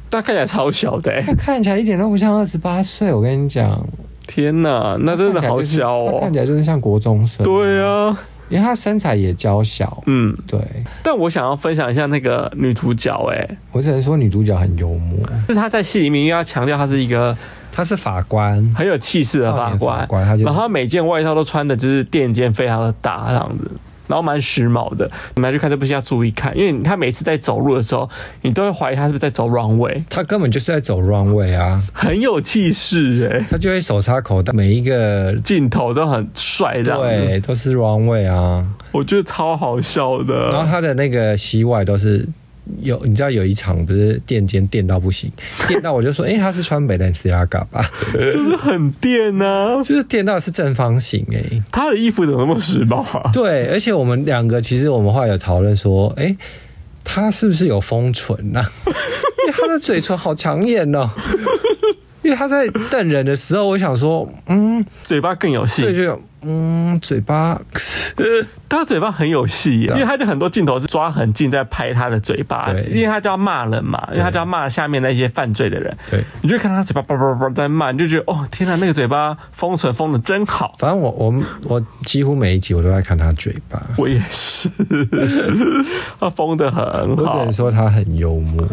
但看起来超小的、 欸他，看起来一点都不像二十八岁，我跟你讲，天哪，那真的好小他哦看起、来就是像国中生。对，啊，因为他身材也娇小。嗯，对，但我想要分享一下那个女主角、哎，我只能说女主角很幽默，就是她在戏里面要强调她是一个她是法官，很有气势的法少年官法，官她就然后她每件外套都穿的就是垫肩非常的大这样子。然后蛮时髦的，你们要去看这部戏要注意看，因为她每次在走路的时候，你都会怀疑她是不是在走 runway，她根本就是在走 runway 啊，很有气势哎、她就会手插口袋，每一个镜头都很帅这样子，对都是 runway 啊，我觉得超好笑的。然后她的那个膝外都是。有，你知道有一场不是垫肩垫到不行，垫到我就说，哎、她是穿 Balenciaga 吧？ 就是很电呐、就是垫到是正方形哎、诶他的衣服怎么那么时髦啊？ 对，而且我们两个其实我们后来有讨论说，哎、他是不是有封唇 呐、啊？因为他的嘴唇好抢眼哦。因为他在瞪人的时候，我想说，嗯，嘴巴更有对，戏，呃就有嗯，嘴巴，他嘴巴很有戏啊耶，因为他就很多镜头是抓很近在拍他的嘴巴，对因为他就要骂人嘛，因为他就要骂下面那些犯罪的人，对，你就看他嘴巴叭叭叭在骂，你就觉得哦天哪，那个嘴巴封唇封的真好。反正我我我几乎每一集我都在看他嘴巴，我也是， 他封的很我只好能，说他很幽默。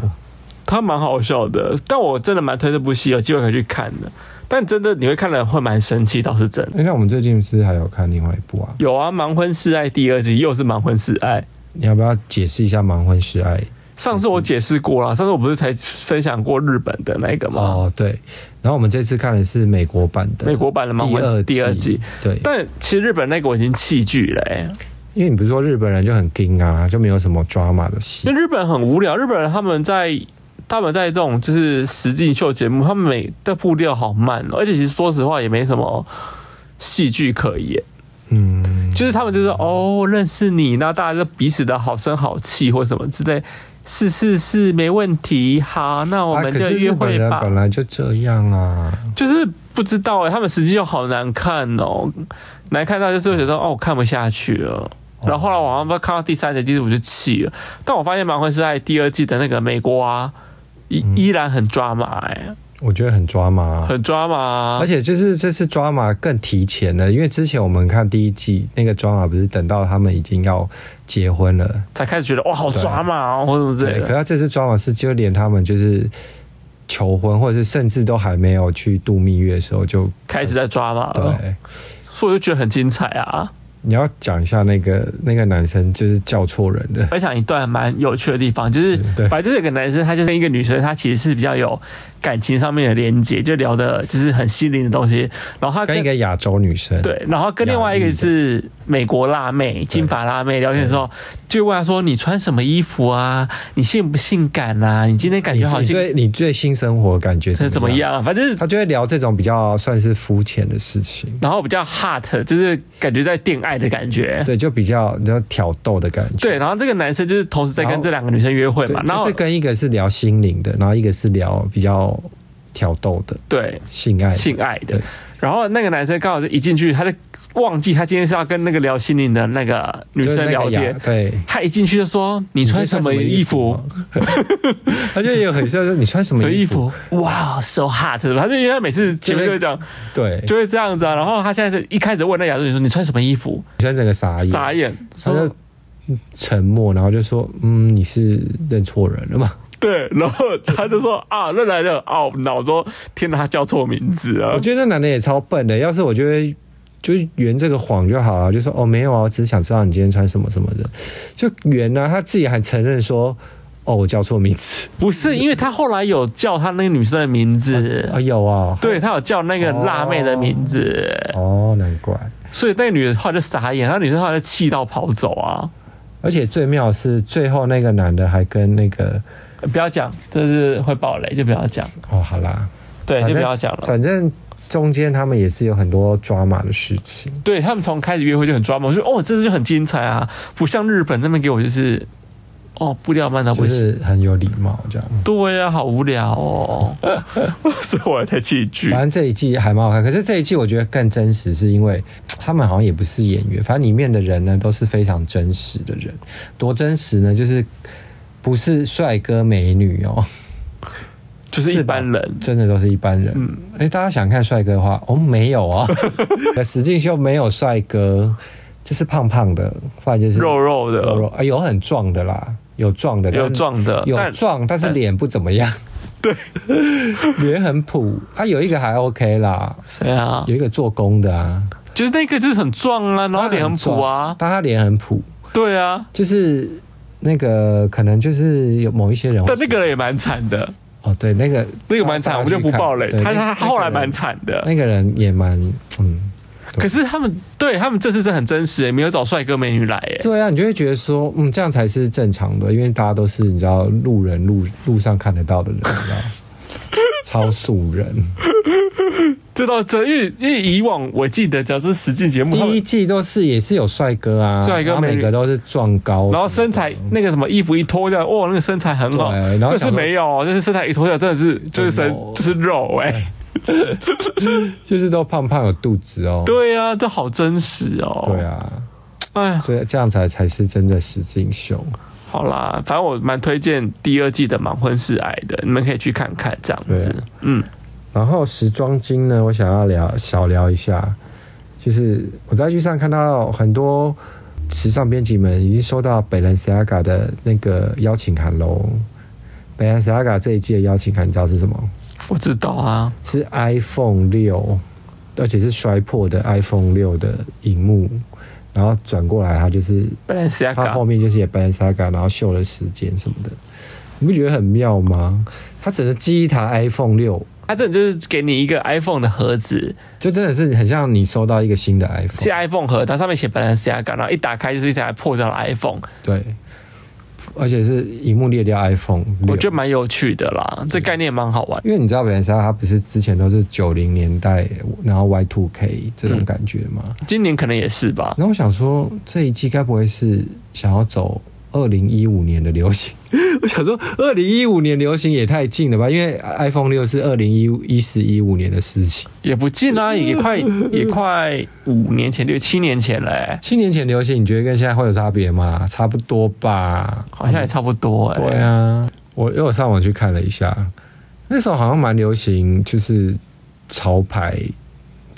他蛮好笑的，但我真的蛮推这部戏，有机会可以去看的。但真的你会看了会蛮生气，倒是真的。诶那我们最近是还有看另外一部啊，有啊，《盲婚试爱》第二季又是《盲婚试爱》。你要不要解释一下盲婚示爱？上次我解释过了，上次我不是才分享过日本的那个吗？哦，对，然后我们这次看的是美国版啊的，美国版的盲第婚二第二季。对，但其实日本那个我已经弃剧了、欸，因为你不是说日本人就很硬啊，就没有什么 drama 的戏因，为日本很无聊。日本人他们在他们在这种就是实境秀节目，他们每的步调好慢、哦，而且其实说实话也没什么戏剧可言。嗯，就是他们就是哦，认识你，那大家就彼此的好声好气或什么之类。是是是，没问题。好，那我啊们可就是约日本会人吧。本来就这样啊，就是不知道哎、他们实际又好难看哦，难看到就是会觉得哦，我看不下去了。哦然后后来我好像不知道看到第三集、第四集我就气了，但我发现《盲婚是爱》第二季的那个美国啊，依嗯依然很抓马哎、我觉得很抓马。啊很抓马、啊而且就是这次抓马更提前了，因为之前我们看第一季那个抓马不是等到他们已经要结婚了，才开始觉得哇，好抓马哦，或什么之类可的。他这次抓马是就连他们就是求婚，或者是甚至都还没有去度蜜月的时候就开始在抓马对。了，所以我就觉得很精彩啊！你要讲一下那个那个男生就是叫错人 的，分享一段蛮有趣的地方，就是对反正就是有个男生，他就是跟一个女生，他其实是比较有感情上面的连接，就聊的就是很心灵的东西。然后他跟一个亚洲女生，对，然后跟另外一个是美国辣妹、金发辣妹聊天的时候，就问她说：“你穿什么衣服啊？你性不性感啊？你今天感你觉好你性对你对新生活感觉是怎么？样啊？”反正，他就会聊这种比较算是肤浅的事情，然后比较 hot，就是感觉在恋爱的感觉。对，就比较比较挑逗的感觉。对，然后这个男生就是同时在然跟后这两个女生约会嘛，然就后是跟一个是聊心灵的，然后一个是聊比较挑逗的对性爱的。性爱的对。然后那个男生刚好是一进去，他就忘记他今天是要跟那个聊心灵的那个女就是生那聊个亚天。对，他一进去就说：“你你穿什么衣服？”吗？ 他就有很像说你穿什么的衣 衣服？服，哇，so hot！他就因为他每次前面就会讲，对，就会这样子啊。然后他现在一开始问那亚洲女说：“你穿什么衣服女生整个傻？”眼，傻眼，哎他说就沉默，然后就说：“嗯，你是认错人了吗？”对，然后他就说：“啊，那来了啊！”我脑中天哪，他叫错名字啊 我！觉得那男的也超笨的，要是我就会就圆这个谎就好了，就说哦没有啊，我只是想知道你今天穿什么什么的，就圆啊，他自己还承认说哦我叫错 名字不是，因为他后来有叫他那个女生的名字，啊有啊，对他有叫那个辣妹的名字，哦难怪，所以那个女的后来就傻眼，然后女生后来就气到跑走啊！而且最妙的是最后那个男的还跟那个不要讲，这是会爆雷，就不要讲，哦好啦，对，反就正哎不要讲了。反正中间他们也是有很多抓马的事情，对他们从开始约会就很抓马，我说哦，这就很精彩啊，不像日本那边给我就是，哦，步调慢到不就行。是很有礼貌这样。对啊呀、好无聊哦，所以我才弃剧 反正这一季还蛮好看，可是这一季我觉得更真实，是因为他们好像也不是演员，反正里面的人呢都是非常真实的人，多真实呢？就是不是帅哥美女哦，就是一般人。 真的都是一般人。嗯，哎，大家想看帅哥的话，哦，没 有啊，石进秀没有帅哥，就是胖胖的，不然就是肉肉的，肉肉，哎，有很壮的啦，有壮的，有但壮的有但壮，但是但是脸不怎么样。对， 脸很普，啊，有一个还 OK 啦，谁啊？有一个做工的啊，就是那个就是很壮啊，然后脸很壮普啊，但他脸很普，对啊，就是那个可能就是有某一些人会，但那个人也蛮惨的，哦，对，那个那个蛮惨，大我家就去不看爆雷。对他那他他后来蛮那个人惨的，那个人也蛮嗯，可是他们对他们这次是很真实，没有找帅哥美女来，哎，对啊，你就会觉得说，嗯，这样才是正常的，因为大家都是你知道路人路路上看得到的人，你知道， 超素 人。这倒真，因为因为以往我记得，只要是实境节目，他第一们季都是也是有帅哥啊，帅哥然后美每女个都是壮高，然后身材那个什么衣服一脱掉，哇，那个身材很好。哦对然后这想是说没有，这是身材一脱掉，真的是就是身肉就是肉哎、 就是都胖胖有肚子哦。对啊，这好真实哦。对，啊，哎，所以这样才才是真的实境秀。好啦，反正我蛮推荐第二季的《盲婚是爱》的，你们可以去看看这样子对。嗯，然后时装精呢，我想要聊小聊一下，就是我在剧上看到很多时尚编辑们已经收到北兰 c i a g a 的那个邀请函喽。北兰 c i a g a 这一季的邀请函，你知道是什么？我知道啊，是 iPhone 六，而且是摔破的 iPhone 六的荧幕，然后转过来，它就是本来是要它后搞面就是也 Balenciaga，然后秀了时间什么的，你不觉得很妙吗？它整个记一台 iPhone 六，他这就是给你一个 iPhone 的盒子，就真的是很像你收到一个新的是 iPhone， iPhone 盒，它上面写本来是要搞，然后一打开就是一台破掉的 iPhone，对，啊而且是荧幕裂掉 iPhone 六。我觉得蛮有趣的啦，这概念蛮好玩。因为你知道 Balenciaga 它不是之前都是九零年代，然后 Y Two K 这种感觉吗？今年可能也是吧，那我想说，这一季该不会是想要走二零一五年的流行？ 我想说，二零一五年流行也太近了吧？因为 iPhone 六是二零一一四一五年的事情，也不近 啊，也快也快五年前六七年前嘞、七年前流行，你觉得跟现在会有差别吗？差不多吧。好像也差不多哎、对啊，我又有上网去看了一下，那时候好像蛮流行，就是潮牌。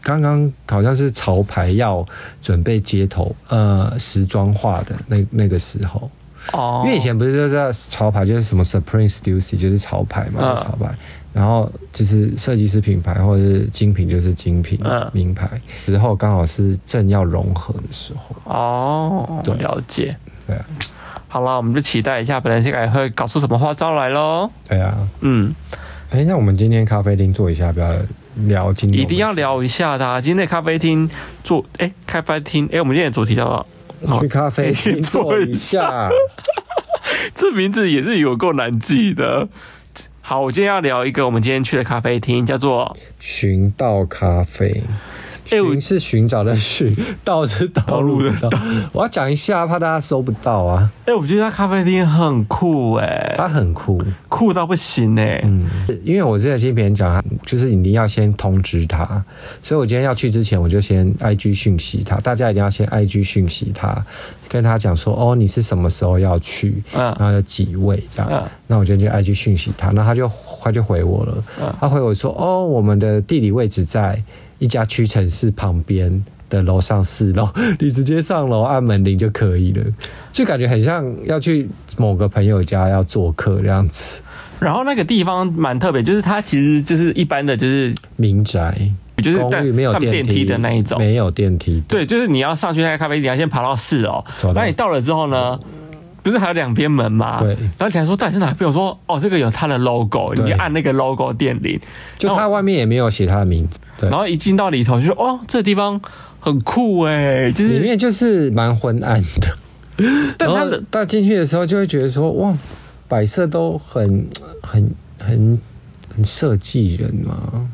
刚刚好像是潮牌要准备街头呃时装化的那那个时候，哦，因为以前不是就在潮牌，就是什么 Supreme Stussy 就是潮牌嘛，嗯就是潮牌。然后就是设计师品牌或者是精品，就是精品、嗯名牌。之后刚好是正要融合的时候，哦，对了解。对啊，好啦，我们就期待一下本来这个会搞出什么花招来喽。对啊。嗯，哎，那我们今天咖啡厅坐一下，不要聊今天一定要聊一下的、啊。今天的咖啡厅做，哎、咖啡厅，哎、我们今天的主题叫做去咖啡厅坐一下。这名字也是有够难记的。好，我今天要聊一个我们今天去的咖啡厅，叫做寻道咖 啡。哎我寻是寻找的寻，道是道路的道。我要讲一下，怕大家搜不到啊。哎、我觉得它咖啡厅很酷哎、它很酷，酷到不行哎、嗯，因为我之前听别人讲，就是你一定要先通知他，所以我今天要去之前，我就先 I G 讯息他，大家一定要先 I G 讯息他，跟他讲说，哦，你是什么时候要去，嗯然后有几位这样，嗯那我就去 I G 讯息他，那他就他就回我了，嗯他回我说，哦，我们的地理位置在一家屈臣氏旁边。的楼上四楼， 你直接上楼按门铃就可以了，就感觉很像要去某个朋友家要做客这样子，然后那个地方蛮特别，就是它其实就是一般的，就是民宅。就是公但寓没有他们电电梯的那一种。没有电梯的。对，就是你要上去那个咖啡厅，你要先爬到四楼走。到那你到了之后呢，不是还有两边门吗？对然后你还说到底是哪边？我说哦，这个有它的 logo，对你按那个 logo 电铃。就它外面也没有写他的名字。对然，后一进到里头就说哦，这地方很酷哎，就里是面呃就是蛮昏暗的。但它然后的大家进去的时候就会觉得说，哇，摆设都很很很很设计人嘛，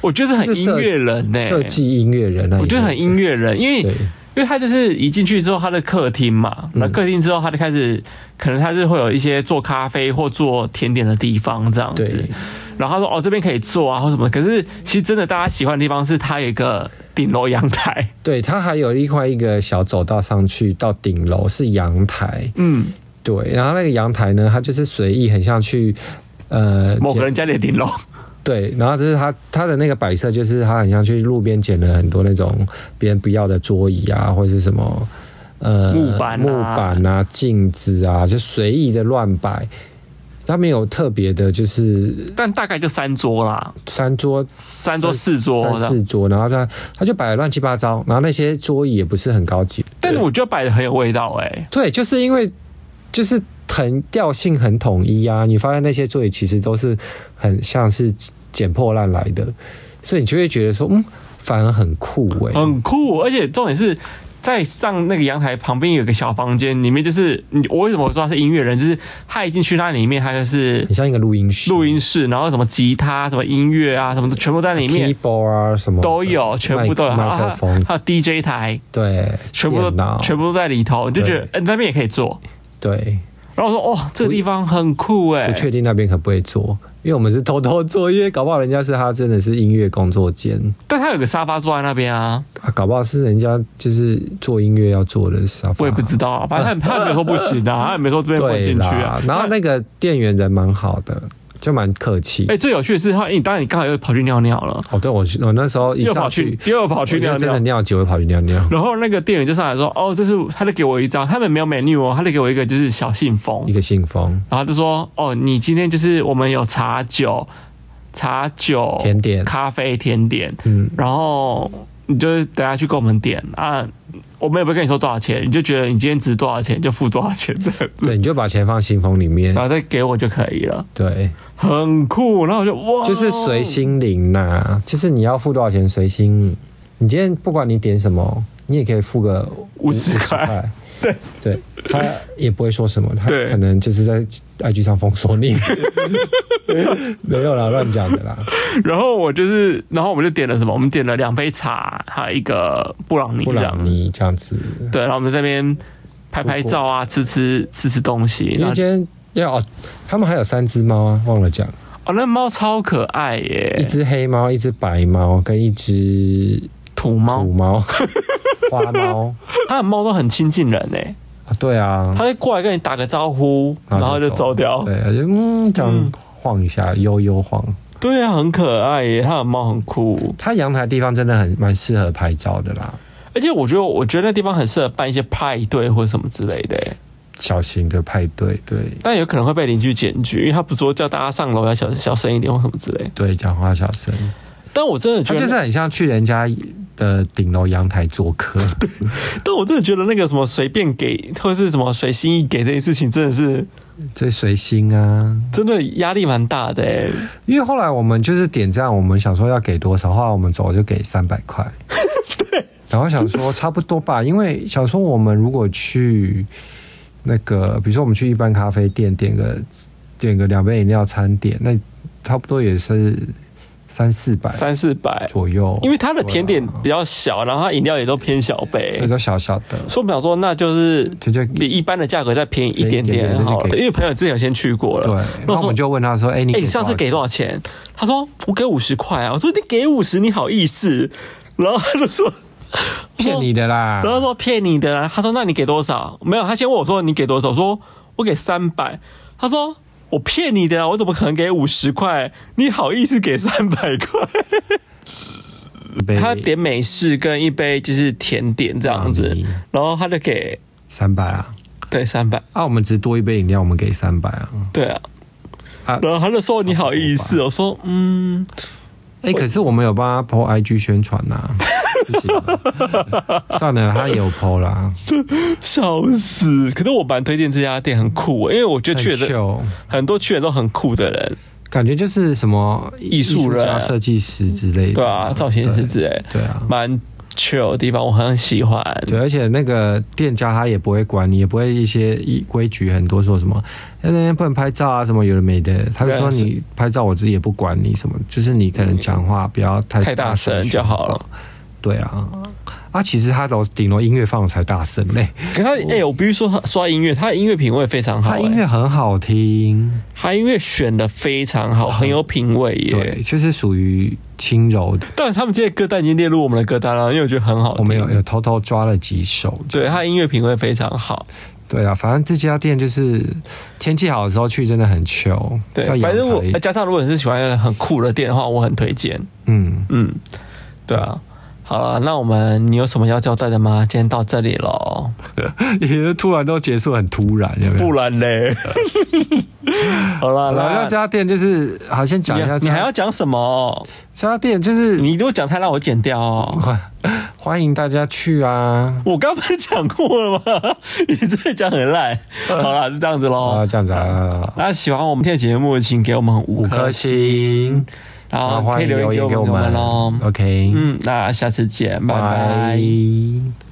我觉得是很就是音设乐人呢，设计音乐人那一类啊我觉得很音乐人，因为对因为他就是一进去之后，他的客厅嘛，嗯那客厅之后他就开始，可能他是会有一些做咖啡或做甜点的地方这样子对。然后他说哦这边可以做啊或什么，可是其实真的大家喜欢的地方是它有一个顶楼阳台，对，它还有另外一个小走道上去到顶楼是阳台，嗯，对，然后那个阳台呢，它就是随意，很像去呃某个捡人家里的顶楼，对，然后就是他他的那个摆设，就是他很像去路边捡了很多那种别人不要的桌椅啊，或者是什么呃木板啊木板啊、镜子啊，就随意的乱摆。他没有特别的，就是但大概就三桌啦，三桌、三桌四桌三的。四桌，然后他他就摆得乱七八糟，然后那些桌椅也不是很高级。但是我觉得摆的很有味道哎、对，就是因为就是很调性很统一啊，你发现那些座椅其实都是很像是捡破烂来的，所以你就会觉得说，嗯，反而很酷哎、很酷，而且重点是在上那个阳台旁边有个小房间，里面就是你我为什么说他是音乐人，就是他一进去那里面，他就是很像一个录音室，录音室，然后什么吉他、什么音乐啊，什么的全部在里面 keyboard 啊什么的都有，全部都有，麦克麦克还有风，还有 DJ 台，对，全部电脑都全部都在里头，你就觉得、呃、那边也可以做。对，然后我说哇、这个地方很酷哎、不确定那边可不可以做，因为我们是偷偷做，因为搞不好人家是他真的是音乐工作间。但他有个沙发坐在那边啊，啊，搞不好是人家就是做音乐要做的沙发，我也不知道啊，反正他他也没有说不行 啊，他也没说这边不能对进去啦。啊。然后那个店员人蛮好的，就蛮客气。哎、最有趣的是他，你当然你刚好又跑去尿尿了。哦，对我去我那时候一又上跑去去，又跑去我就尿真的尿。尿急，我就跑去尿尿。然后那个店员就上来说：“哦，这是他就给我一张，他们没有 menu 哦，他就给我一个就是小信封一，个信封，然后就说：哦，你今天就是我们有茶酒、茶酒、甜点咖啡、甜点，嗯，然后你就等下去跟我们点啊，我们也不会跟你说多少钱，你就觉得你今天值多少钱就付多少钱 的，对，你就把钱放信封里面然，后再给我就可以了，对，很酷。然后我就哇，就是随心领呐、哦就是你要付多少钱随心。你今天不管你点什么，你也可以付个五十块，，对对，他也不会说什么，他对可能就是在 IG 上封 锁你，没有啦，乱讲的啦。然后我就是，然后我们就点了什么？我们点了两杯茶，还有一个布朗尼布这样朗。尼这样子，对，然后我们在那边拍拍照啊，吃吃吃吃东西。因然为后今天要哦，他们还有三只猫啊，忘了讲，哦，那猫超可爱一耶，只黑猫，一只白猫，跟一只土猫土， 猫，花猫它的猫都很亲近人诶，啊，对啊，它会过来跟你打个招呼，然后就走掉。对，就嗯这样嗯晃一下，悠悠晃。对啊，很可爱耶，它的猫很酷，它阳台地方真的很蛮适合拍照的啦，而且我觉得，我觉得那地方很适合办一些派对或者什么之类的耶，小型的派对，对但有可能会被邻居检举，因为他不是说叫大家上楼要小小声一点或什么之类。对，讲话小声，但我真的觉得，它就是很像去人家的顶楼阳台做 客，但我真的觉得那个什么随便给或是什么随心意给这件事情，真的是最随心啊。真的压力蛮大的、欸。因为后来我们就是点赞，我们想说要给多少，后来我们走就给三百 块。然后想说差不多吧，因为想说我们如果去那个，比如说我们去一般咖啡店点个点个两杯饮料餐点，那差不多也是三四百三四百，左右，啊因为它的甜点对啊比较小，然后它饮料也都偏小杯对，，都小小的，所以我们想说那就是这就比一般的价格再便宜一点便宜一点点好对了，对因为朋友之前有先去过对了，。然那后我时候们。就问他说：“哎、你呃哎、你上次给多少少钱？他说我给五十块啊。我说你给五十，你好意思？然后他就说钱？骗你的啊啦！”然后说骗你的啊啦。他说那你给多少？没有，他先问我说你给多少？我说我给三百。他说我骗你的啊，我怎么可能给五十块？你好意思给三百 块？一杯他点美式跟一杯就是甜点这样子嗯，然后他就给三百啊，对三百，啊，我们只多一杯饮料，我们给三百啊。对啊啊。然后他就说你好意思，我说嗯，哎、可是我们有帮他 PO IG 宣传呐、 不行啊算了，他也有 PO 啦。笑死。可是我蛮推荐这家店，很酷，因为我觉得去很的人秀，很多去的都很酷的人，感觉就是什么艺术人家、设计师之类的，对啊，造型师之类，对对啊。蛮 chill 的地方，我很喜欢。对，而且那个店家他也不会管你，也不会一些一规矩很多说什么，哎，那边不能拍照啊，什么有的没的，他就对啊说是你拍照，我自己也不管你什么，就是你可能讲话不要太太大声就好了。对啊，啊，其实他楼顶楼音乐放的才大声嘞、可他哎、我必须说他说他音乐，他的音乐品味非常好、他音哎，乐很好听。他音乐选的非常好，很有品味对，耶。就是属于轻柔的。但他们这些歌单已经列入我们的歌单了，因为我觉得很好听。我们有有偷偷抓了几首，对他音乐品味非常好，对啊，反正这家店就是天气好的时候去真的很穷。对叫，反正我呃哎阳台加上如果你是喜欢很酷的店的话，我很推荐。嗯， 嗯，对啊。好了，那我们你有什么要交代的吗？今天到这里喽，啊也是突然都结束很突然，有没有？然嘞。 好了，然后那那这家店就是，好先讲一下这你家，你还要讲什么？这家店就是你如果讲太烂，我剪掉哦。欢欢迎大家去啊我刚不是讲过了吗？ 你再讲很烂。好啦，就这样子啊喽。这样子啊，那喜欢我们今天的节目，请给我们五五颗颗星，星，然然后后可欢以迎留留言言给给我我们们喽。 ，OK，嗯，那下次见，拜拜。拜。